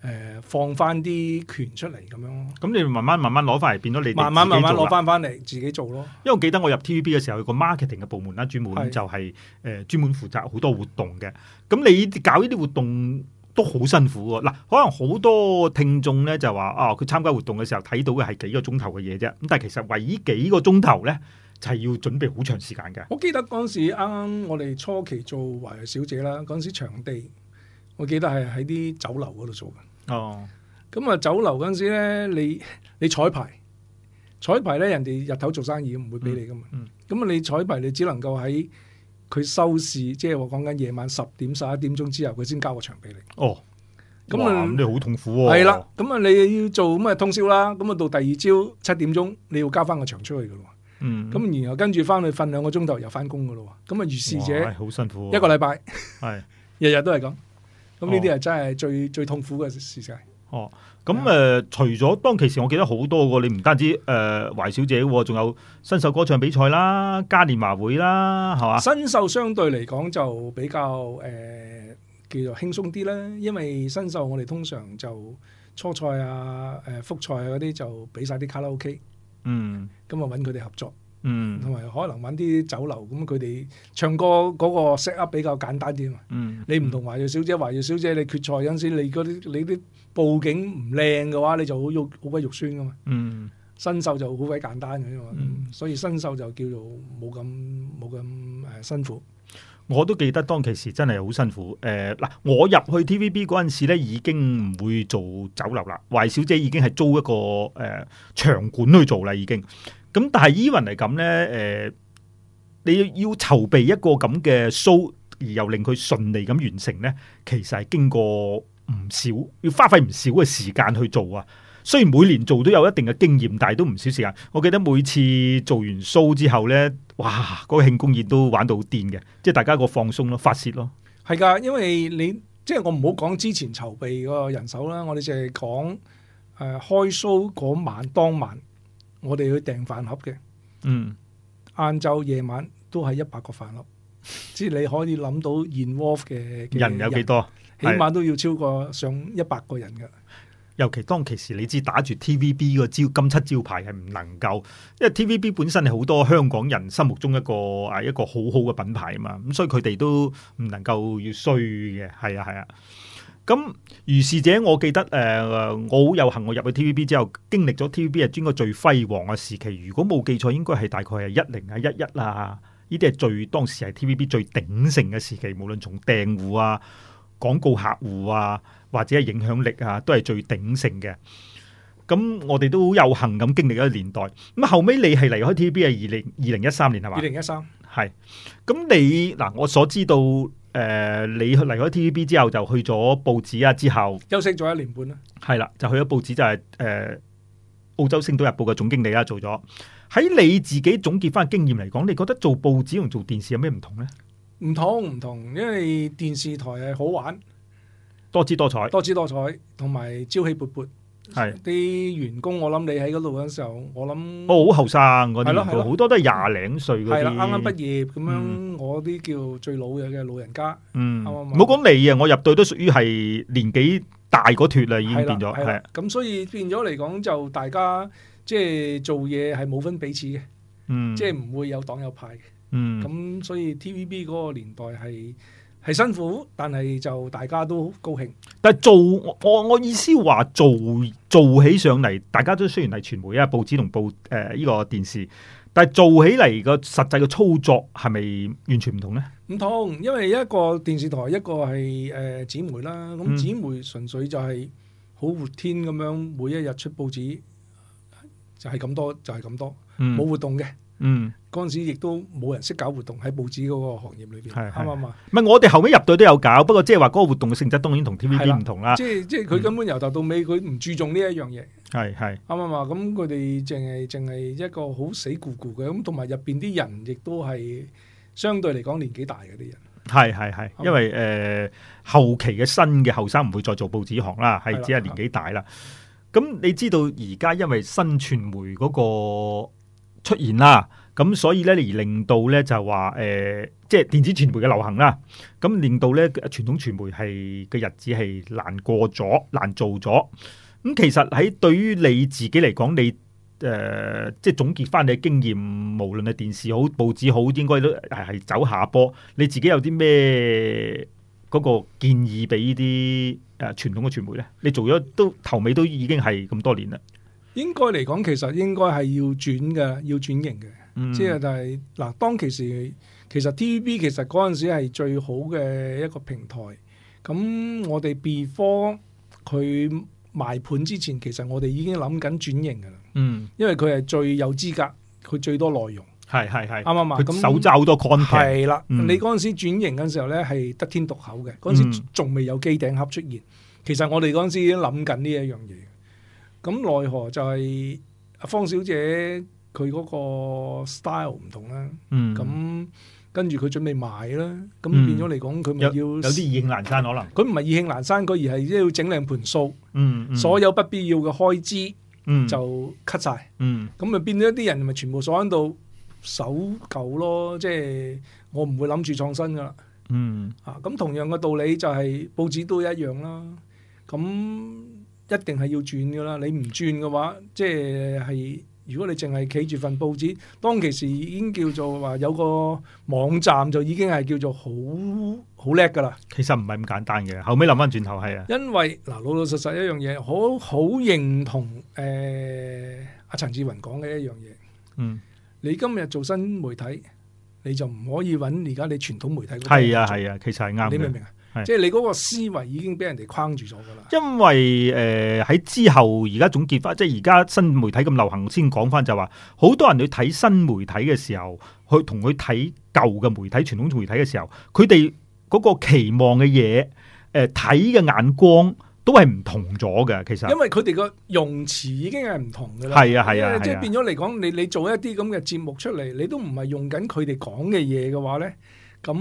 Speaker 2: 呃、放翻啲權出嚟咁樣咯，
Speaker 1: 咁你慢慢慢慢攞翻嚟，變咗你哋
Speaker 2: 慢慢
Speaker 1: 自己
Speaker 2: 慢慢
Speaker 1: 做
Speaker 2: 攞
Speaker 1: 啦
Speaker 2: 翻翻嚟自己做咯。
Speaker 1: 因為我記得我入 TVB 嘅時候有個 marketing 嘅部門啦，專門
Speaker 2: 係
Speaker 1: 就係、誒、專門負責好多活動嘅。咁你搞呢啲活動都好辛苦喎。嗱，可能好多聽眾咧就話啊，佢參加活動嘅時候睇到嘅係幾個鐘頭嘅嘢啫。咁但係其實為呢幾個鐘頭咧，就係、要準備好長時間嘅。
Speaker 2: 我記得嗰陣時啱啱我哋初期做華裔小姐啦，嗰陣時場地我記得係喺啲酒樓嗰度做嘅。
Speaker 1: 哦，
Speaker 2: 咁啊酒樓嗰陣時咧，你你彩排，彩排咧人哋日頭做生意唔會俾你噶嘛。咁啊、
Speaker 1: 嗯
Speaker 2: 你彩排你只能夠喺佢收市，即係我講緊夜晚十點十一點鐘之後，佢先交個場俾你。
Speaker 1: 哦，
Speaker 2: 咁
Speaker 1: 咁啊，
Speaker 2: 啊
Speaker 1: 咁你好痛苦喎、
Speaker 2: 係啦、咁啊你要做咁啊通宵啦，咁啊到第二朝七點鐘你要交翻個場出去噶咯
Speaker 1: 嗯，
Speaker 2: 喎。咁然後跟住翻去瞓兩個鐘頭又翻工噶咯喎。咁啊如是
Speaker 1: 哇
Speaker 2: 者
Speaker 1: 好辛苦喎、
Speaker 2: 一個禮拜。
Speaker 1: 係。
Speaker 2: 日日都係咁。咁呢啲
Speaker 1: 哦
Speaker 2: 係真係最最痛苦嘅事情。
Speaker 1: 哦，咁誒、呃除咗當其時，我記得好多個，你唔單止誒、呃、懷小姐喎，仲有新秀歌唱比賽啦、嘉年華會啦，係嘛？
Speaker 2: 新秀相對嚟講就比較誒、呃叫做輕鬆啲啦，因為新秀我哋通常就初賽啊、誒、複賽啊嗰啲就俾晒啲卡拉 OK，
Speaker 1: 嗯
Speaker 2: 咁啊揾佢哋合作，
Speaker 1: 嗯
Speaker 2: 同埋可能揾啲酒樓，咁佢哋唱歌嗰個 set up 比較簡單啲啊嘛。
Speaker 1: 嗯，
Speaker 2: 你唔同華裔小姐，華裔小姐你決賽嗰陣時，你嗰啲你啲佈景唔靚嘅話，你就好肉好鬼肉酸噶嘛。
Speaker 1: 嗯
Speaker 2: 新秀就好鬼簡單嘅啫嘛，
Speaker 1: 嗯
Speaker 2: 所以新秀就叫做冇咁冇咁誒辛苦。
Speaker 1: 我都記得當其時真係好辛苦。誒、嗱，我入去 TVB 嗰陣時咧，已經唔會做酒樓啦，懷小姐已經係租一個誒、呃、場館去做啦，已經。咁但係 even 嚟咁咧，誒、你要籌備一個咁嘅 show，而又令佢順利咁完成咧，其實係經過唔少，要花費唔少嘅時間去做啊。雖然每年做都有一定嘅經驗，但係都唔少時間。我記得每次做完 show 之後咧，哇！嗰、個慶功宴都玩到好癲嘅，即係大家個放鬆咯、發泄咯。
Speaker 2: 係㗎，因為你即係我唔好講之前籌備個人手啦，我哋淨係講誒開呃 show 嗰晚當晚，我哋去訂飯盒嘅，
Speaker 1: 嗯，
Speaker 2: 晏晝夜晚都係一百個飯盒，即係你可以諗到 involve 嘅嘅
Speaker 1: 人有幾多？
Speaker 2: 起碼都要超過上一百個人㗎。
Speaker 1: 尤其當其時，你知打住 TVB 個招金漆招牌係唔能夠，因為 TVB 本身係好多香港人心目中一個啊一個好好嘅品牌啊嘛，咁所以佢哋都唔能夠要衰嘅，係啊係啊。咁如是者，我記得誒、呃我好有幸我入去 TVB 之後，經歷咗 TVB 係應該最輝煌嘅時期。如果冇記錯，應該係大概係一零啊、一一啊，呢啲係最當時係 TVB 最鼎盛嘅時期，無論從訂戶啊、廣告客戶啊，或者係影響力啊，都係最鼎盛嘅。咁我哋都好有幸咁經歷咗一個年代。咁後尾你係離開 TVB 係二零二零一三年係嘛
Speaker 2: 二？零一三
Speaker 1: 係，咁你嗱，我所知道，誒、你離開 TVB 之後就去咗報紙啊，之後
Speaker 2: 休息咗一年半啦。
Speaker 1: 係啦，就去咗報紙就係、誒、澳洲星島日報嘅總經理啦，做咗。喺你自己總結翻經驗嚟講，你覺得做報紙同做電視有咩唔同呢？
Speaker 2: 唔同唔同，因為電視台係好玩，
Speaker 1: 多姿多彩，
Speaker 2: 多姿多彩，同埋朝氣勃勃。
Speaker 1: 係
Speaker 2: 啲員工，我諗你喺嗰度嗰陣時候，我諗
Speaker 1: 我哦好後生嗰啲
Speaker 2: 係咯
Speaker 1: 年代，
Speaker 2: 係咯
Speaker 1: 好多都係廿零歲嗰
Speaker 2: 係啦，
Speaker 1: 啲，
Speaker 2: 啱啱畢業咁樣，
Speaker 1: 嗯
Speaker 2: 我啲叫最老嘅嘅老人家，
Speaker 1: 嗯，
Speaker 2: 啱啱
Speaker 1: 唔
Speaker 2: 啱
Speaker 1: 好講你啊，我入隊都屬於係年紀大嗰脱啦，已經
Speaker 2: 係啦
Speaker 1: 變咗，
Speaker 2: 係
Speaker 1: 係
Speaker 2: 啦，咁所以變咗嚟講就大家即係做嘢係冇分彼此嘅，
Speaker 1: 嗯，
Speaker 2: 即係唔會有黨有派嘅。
Speaker 1: 嗯
Speaker 2: 咁所以 TVB 嗰個年代係係辛苦，但係就大家都高興。
Speaker 1: 但係做我我我意思話做做起上嚟，大家都雖然係傳媒啊、報紙同報誒呢個電視，但係做起嚟個實際嘅操作係咪完全唔同呢？
Speaker 2: 唔同，因為一個電視台，一個係誒紙媒啦。
Speaker 1: 嗯
Speaker 2: 咁紙媒純粹就係好活天咁樣，每一日出報紙，就係咁多，就係咁多，
Speaker 1: 嗯
Speaker 2: 冇活動嘅。
Speaker 1: 嗯，
Speaker 2: 嗰陣時亦都冇人識搞活動喺報紙嗰個行業裏邊，
Speaker 1: 係係
Speaker 2: 啱唔啱啊？
Speaker 1: 唔係我哋後尾入隊都有搞，不過即係話嗰個活動嘅性質當然同
Speaker 2: 係啦
Speaker 1: TVB 唔同啦，
Speaker 2: 即係即係佢根本由頭到尾佢唔注重呢一樣嘢，
Speaker 1: 係係
Speaker 2: 啱唔啱啊？咁佢哋淨係淨係一個好死咕咕嘅，咁同埋入邊啲人亦都係相對嚟講年紀大嗰啲人，
Speaker 1: 係係係，因為誒、呃、後期嘅新嘅後生唔會再做報紙行啦，
Speaker 2: 係
Speaker 1: 係
Speaker 2: 啦
Speaker 1: 只係年紀大啦。咁你知道而家因為新傳媒嗰個出現啦，咁所以咧而令到咧就係話誒，即係電子傳媒嘅流行啦，咁令到咧傳統傳媒係嘅日子係難過咗、難做咗。咁其實喺對於你自己嚟講，你誒、呃即係總結翻你嘅經驗，無論係電視好、報紙好，應該都係係走下坡。你自己有啲咩嗰個建議俾呢啲誒傳統嘅傳媒咧？你做咗都頭尾都已經係咁多年啦，
Speaker 2: 應該嚟講其實應該係要轉嘅，要轉型嘅。
Speaker 1: 嗯
Speaker 2: 即係但係嗱，當其時其實 TVB 其實嗰陣時係最好嘅一個平台。咁我哋 before 佢賣盤之前，其實我哋已經諗緊轉型㗎啦，
Speaker 1: 嗯，
Speaker 2: 因為佢係最有資格，佢最多內容，
Speaker 1: 係係係
Speaker 2: 啱，唔啱啊？
Speaker 1: 佢手揸好多 content，
Speaker 2: 係啦，
Speaker 1: 嗯
Speaker 2: 你嗰陣時轉型嘅時候咧，係得天獨厚嘅。嗰陣時
Speaker 1: 嗯
Speaker 2: 仲未有機頂盒出現，其實我哋嗰陣時已經諗緊呢一樣嘢。咁奈何就係方小姐佢嗰個 style 唔同啦，
Speaker 1: 嗯，
Speaker 2: 咁、跟住佢準備賣啦，咁
Speaker 1: 嗯
Speaker 2: 變咗嚟講，佢咪要
Speaker 1: 有啲意興闌珊可能，
Speaker 2: 佢唔係意興闌珊，佢而係要整靚盤數，
Speaker 1: 嗯，嗯
Speaker 2: 所有不必要嘅開支
Speaker 1: 嗯
Speaker 2: 就 cut 晒。
Speaker 1: 嗯
Speaker 2: 咁咪變咗啲人咪全部鎖喺度守舊咯，即係我唔會諗住創新噶啦。
Speaker 1: 嗯
Speaker 2: 啊，咁同樣嘅道理就係報紙都一樣啦。咁一定係要轉噶啦，你唔轉嘅話，即係係如果你淨係企住份報紙，當其時已經叫做話有個網站就已經係叫做好好叻噶啦。
Speaker 1: 其實唔係咁簡單嘅，後尾諗翻轉頭係啊，
Speaker 2: 因為嗱老老實實一樣嘢，好好認同誒阿、陳志雲講嘅一樣嘢。
Speaker 1: 嗯，
Speaker 2: 你今日做新媒體，你就唔可以揾而家你傳統媒體嗰個
Speaker 1: 係啊係啊，其實係啱
Speaker 2: 你明唔
Speaker 1: 嘅。
Speaker 2: 明啊？
Speaker 1: 係
Speaker 2: 即係你嗰個思維已經俾人哋框住咗㗎啦。
Speaker 1: 因為誒喺、之後而家總結翻，即係而家新媒體咁流行，先講翻就話，好多人去睇新媒體嘅時候，去同佢睇舊嘅媒體、傳統媒體嘅時候，佢哋嗰個期望嘅嘢，誒睇嘅眼光都係唔同咗嘅。其實
Speaker 2: 因為佢哋個用詞已經係唔同㗎啦。
Speaker 1: 係啊係啊
Speaker 2: 因為即
Speaker 1: 係啊
Speaker 2: 係變咗嚟講，你你做一啲咁嘅節目出嚟，你都唔係用緊佢哋講嘅嘢嘅話咧，咁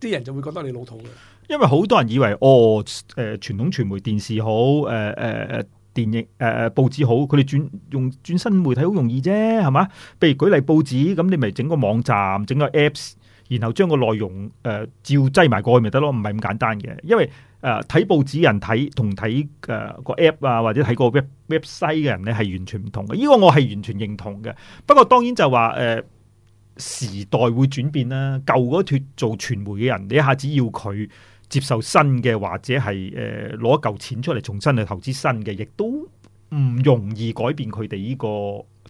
Speaker 2: 啲人就會覺得你老土嘅。
Speaker 1: 因為好多人以為哦，誒、呃、傳統傳媒電視好，呃誒誒誒電影誒誒、呃、報紙好，佢哋轉用轉新媒體好容易啫，係嘛？譬如舉例報紙，咁你咪整個網站，整個 Apps，然後將個內容誒、呃照擠埋過去咪得咯，唔係咁簡單嘅，因為。誒睇、報紙人睇同睇誒個 app 啊，或者睇個 web website 嘅人咧係完全唔同嘅，呢、個我係完全認同嘅。不過當然就話誒、呃、時代會轉變啦，舊嗰脱做傳媒嘅人，你一下子要佢。接受新嘅，或者係誒攞一嚿錢出嚟重新去投資新嘅，亦都唔容易改變佢哋呢個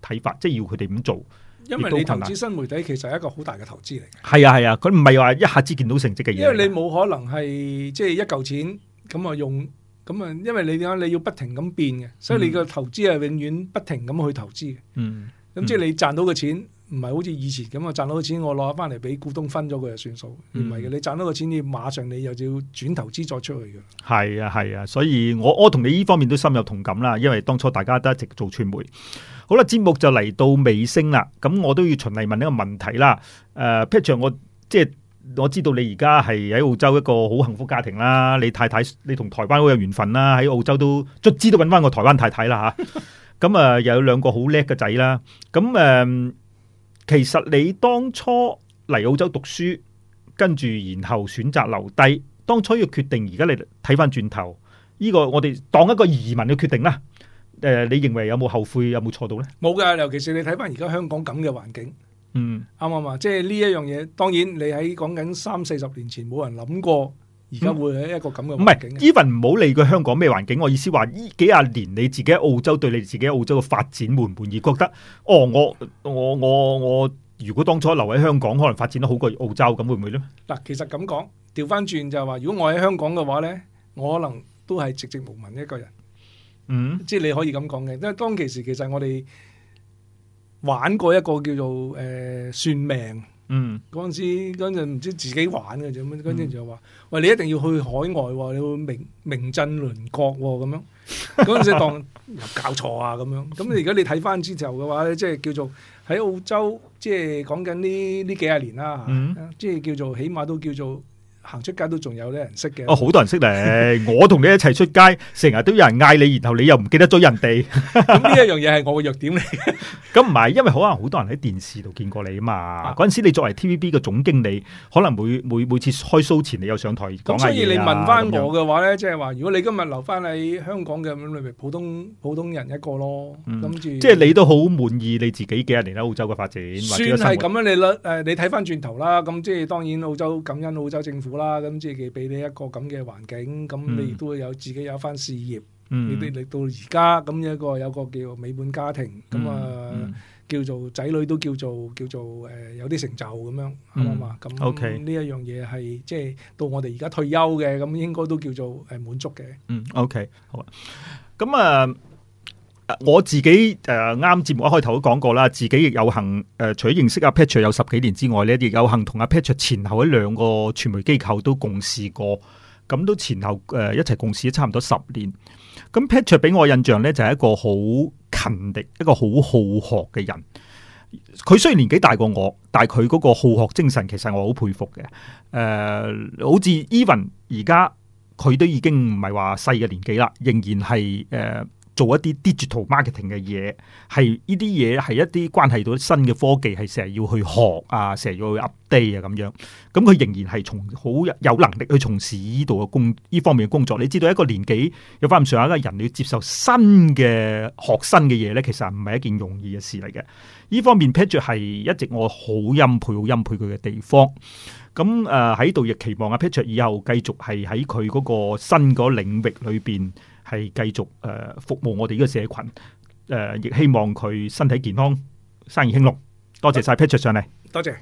Speaker 1: 睇法，即係要佢哋咁做。
Speaker 2: 因
Speaker 1: 亦
Speaker 2: 為
Speaker 1: 都
Speaker 2: 你投
Speaker 1: 困難
Speaker 2: 資新媒體其實係一個好大嘅投資嚟嘅，
Speaker 1: 係啊係啊，佢唔係話一下子見到成績嘅嘢嚟㗎。
Speaker 2: 因為你冇可能係即係一嚿錢咁啊用咁啊，因為你點解你要不停咁變嘅，所以你個投資係永遠不停咁去投資嘅。
Speaker 1: 嗯
Speaker 2: 咁即係你賺到嘅錢唔係好似以前咁啊，賺到嘅錢我攞翻嚟俾股東分咗佢就算數，唔
Speaker 1: 嗯
Speaker 2: 係嘅。你賺到嘅錢，你馬上你又要轉投資再出去嘅。
Speaker 1: 係啊，係啊，所以我我同你呢方面都深有同感啦，因為當初大家都一直做傳媒。好啦，節目就嚟到尾聲啦，咁我都要循例問一個問題啦。誒、p a t r i c 我即係我知道你而家係喺澳洲一個好幸福家庭啦，你太太你同台灣好有緣分啦，喺澳洲都卒之都揾翻個台灣太太啦吓。咁啊、又有兩個好叻嘅仔啦。咁誒、其實你當初嚟澳洲讀書，跟住然後選擇留低。當初呢個決定，而家你睇翻轉頭，呢、個我哋當一個移民嘅決定啦。誒、你認為有冇後悔，有冇錯到呢？
Speaker 2: 冇㗎，尤其是你睇翻而家香港咁嘅環境，
Speaker 1: 嗯
Speaker 2: 啱唔啱啊？即係呢一樣嘢，當然你喺講緊三四十年前冇人諗過，而家會喺一個咁嘅
Speaker 1: 唔
Speaker 2: 環
Speaker 1: 係
Speaker 2: 境嘅。
Speaker 1: ，even 唔好理佢香港咩環境，我意思話呢幾廿年你自己喺澳洲對你自己喺澳洲嘅發展滿唔滿意？覺得哦，我我我我如果當初留喺香港，可能發展得好過澳洲，咁會唔會呢？
Speaker 2: 嗱，其實咁講，調翻轉就係話，如果我喺香港嘅話呢，我可能都係寂寂無聞一個人。
Speaker 1: 嗯
Speaker 2: 即係你可以咁講嘅，因為當其時其實我哋玩過一個叫做誒、呃算命
Speaker 1: 嗯
Speaker 2: 嗰陣時，嗰陣唔知自己玩嘅啫，咁跟住就話：喂，你一定要去海外喎，你要名名震鄰國喎，咁樣嗰陣時當 有搞錯啊咁樣。咁你而家你睇翻之後嘅話咧，即係叫做喺澳洲，即係講緊呢呢幾廿年啦，啊
Speaker 1: 嗯
Speaker 2: 即係叫做起碼都叫做行出街都仲有啲人識嘅。
Speaker 1: 哦，好多人識你，我同你一齊出街，成日都有人嗌你，然後你又唔記得咗人哋。
Speaker 2: 咁呢一樣嘢係我嘅 弱點嚟。
Speaker 1: 咁唔係，因為可能好多人喺電視度見過你啊嘛。嗰陣、時你作為 TVB 嘅總經理，可能每每每次開 show 前你又上台講
Speaker 2: 咁
Speaker 1: 下嘢啊
Speaker 2: 所以你問翻
Speaker 1: 咁樣
Speaker 2: 我嘅話咧，即係話如果你今日留翻喺香港嘅，咁你咪普通普通人一個咯。
Speaker 1: 嗯
Speaker 2: 諗住即
Speaker 1: 即係你都好滿意你自己幾廿年喺澳洲嘅發展，或
Speaker 2: 算
Speaker 1: 者生
Speaker 2: 係
Speaker 1: 活。
Speaker 2: 咁樣你啦。誒，你睇翻轉頭啦，咁即係當然澳洲感恩澳洲政府啦，咁即係俾你一個咁嘅環境，咁
Speaker 1: 嗯
Speaker 2: 你都有自己有一番事業。你
Speaker 1: 嗯，
Speaker 2: 你到而家咁一個有個叫美滿家庭，咁啊
Speaker 1: 嗯
Speaker 2: 叫做仔女都叫做叫做誒有啲成就咁樣，啱
Speaker 1: 嗯
Speaker 2: 唔啱啊？咁
Speaker 1: OK
Speaker 2: 呢一樣嘢係即係到我哋而家退休嘅，咁應該都叫做誒滿足嘅。
Speaker 1: 嗯，OK，好啊。咁啊。呃我自己誒呃啱節目一開頭都講過啦，自己亦有幸誒、呃除咗認識阿 Patrick 有十幾年之外咧，亦有幸同阿 Patrick 前後喺兩個傳媒機構都共事過，咁都前後誒、呃一齊共事咗差唔多十年。咁 Patrick 俾我印象咧就係、一個好勤力、一個好好學嘅人。佢雖然年紀大過我，但係佢嗰個好學精神其實我好佩服嘅。誒、呃好似 Even 而家佢都已經唔係話細嘅年紀啦，仍然係誒、呃做一啲 digital marketing 嘅嘢，係呢啲嘢係一啲關係到新嘅科技，係成日要去學啊，成日要去 update 啊咁樣。咁佢仍然係從好有能力去從事呢度嘅工呢方面嘅工作。你知道一個年紀有翻咁上下嘅人，你要接受新嘅學新嘅嘢咧，其實唔係一件容易嘅事嚟嘅。呢方面 Patrick 係一直我好欽佩、好欽佩佢嘅地方。咁誒喺度亦期望阿 Patrick 以後繼續係喺佢嗰個新嗰領域裏邊係繼續誒、呃服務我哋呢個社群。呃誒、亦希望佢身體健康、生意興隆。多謝晒 Patrick 上嚟。
Speaker 2: 多謝。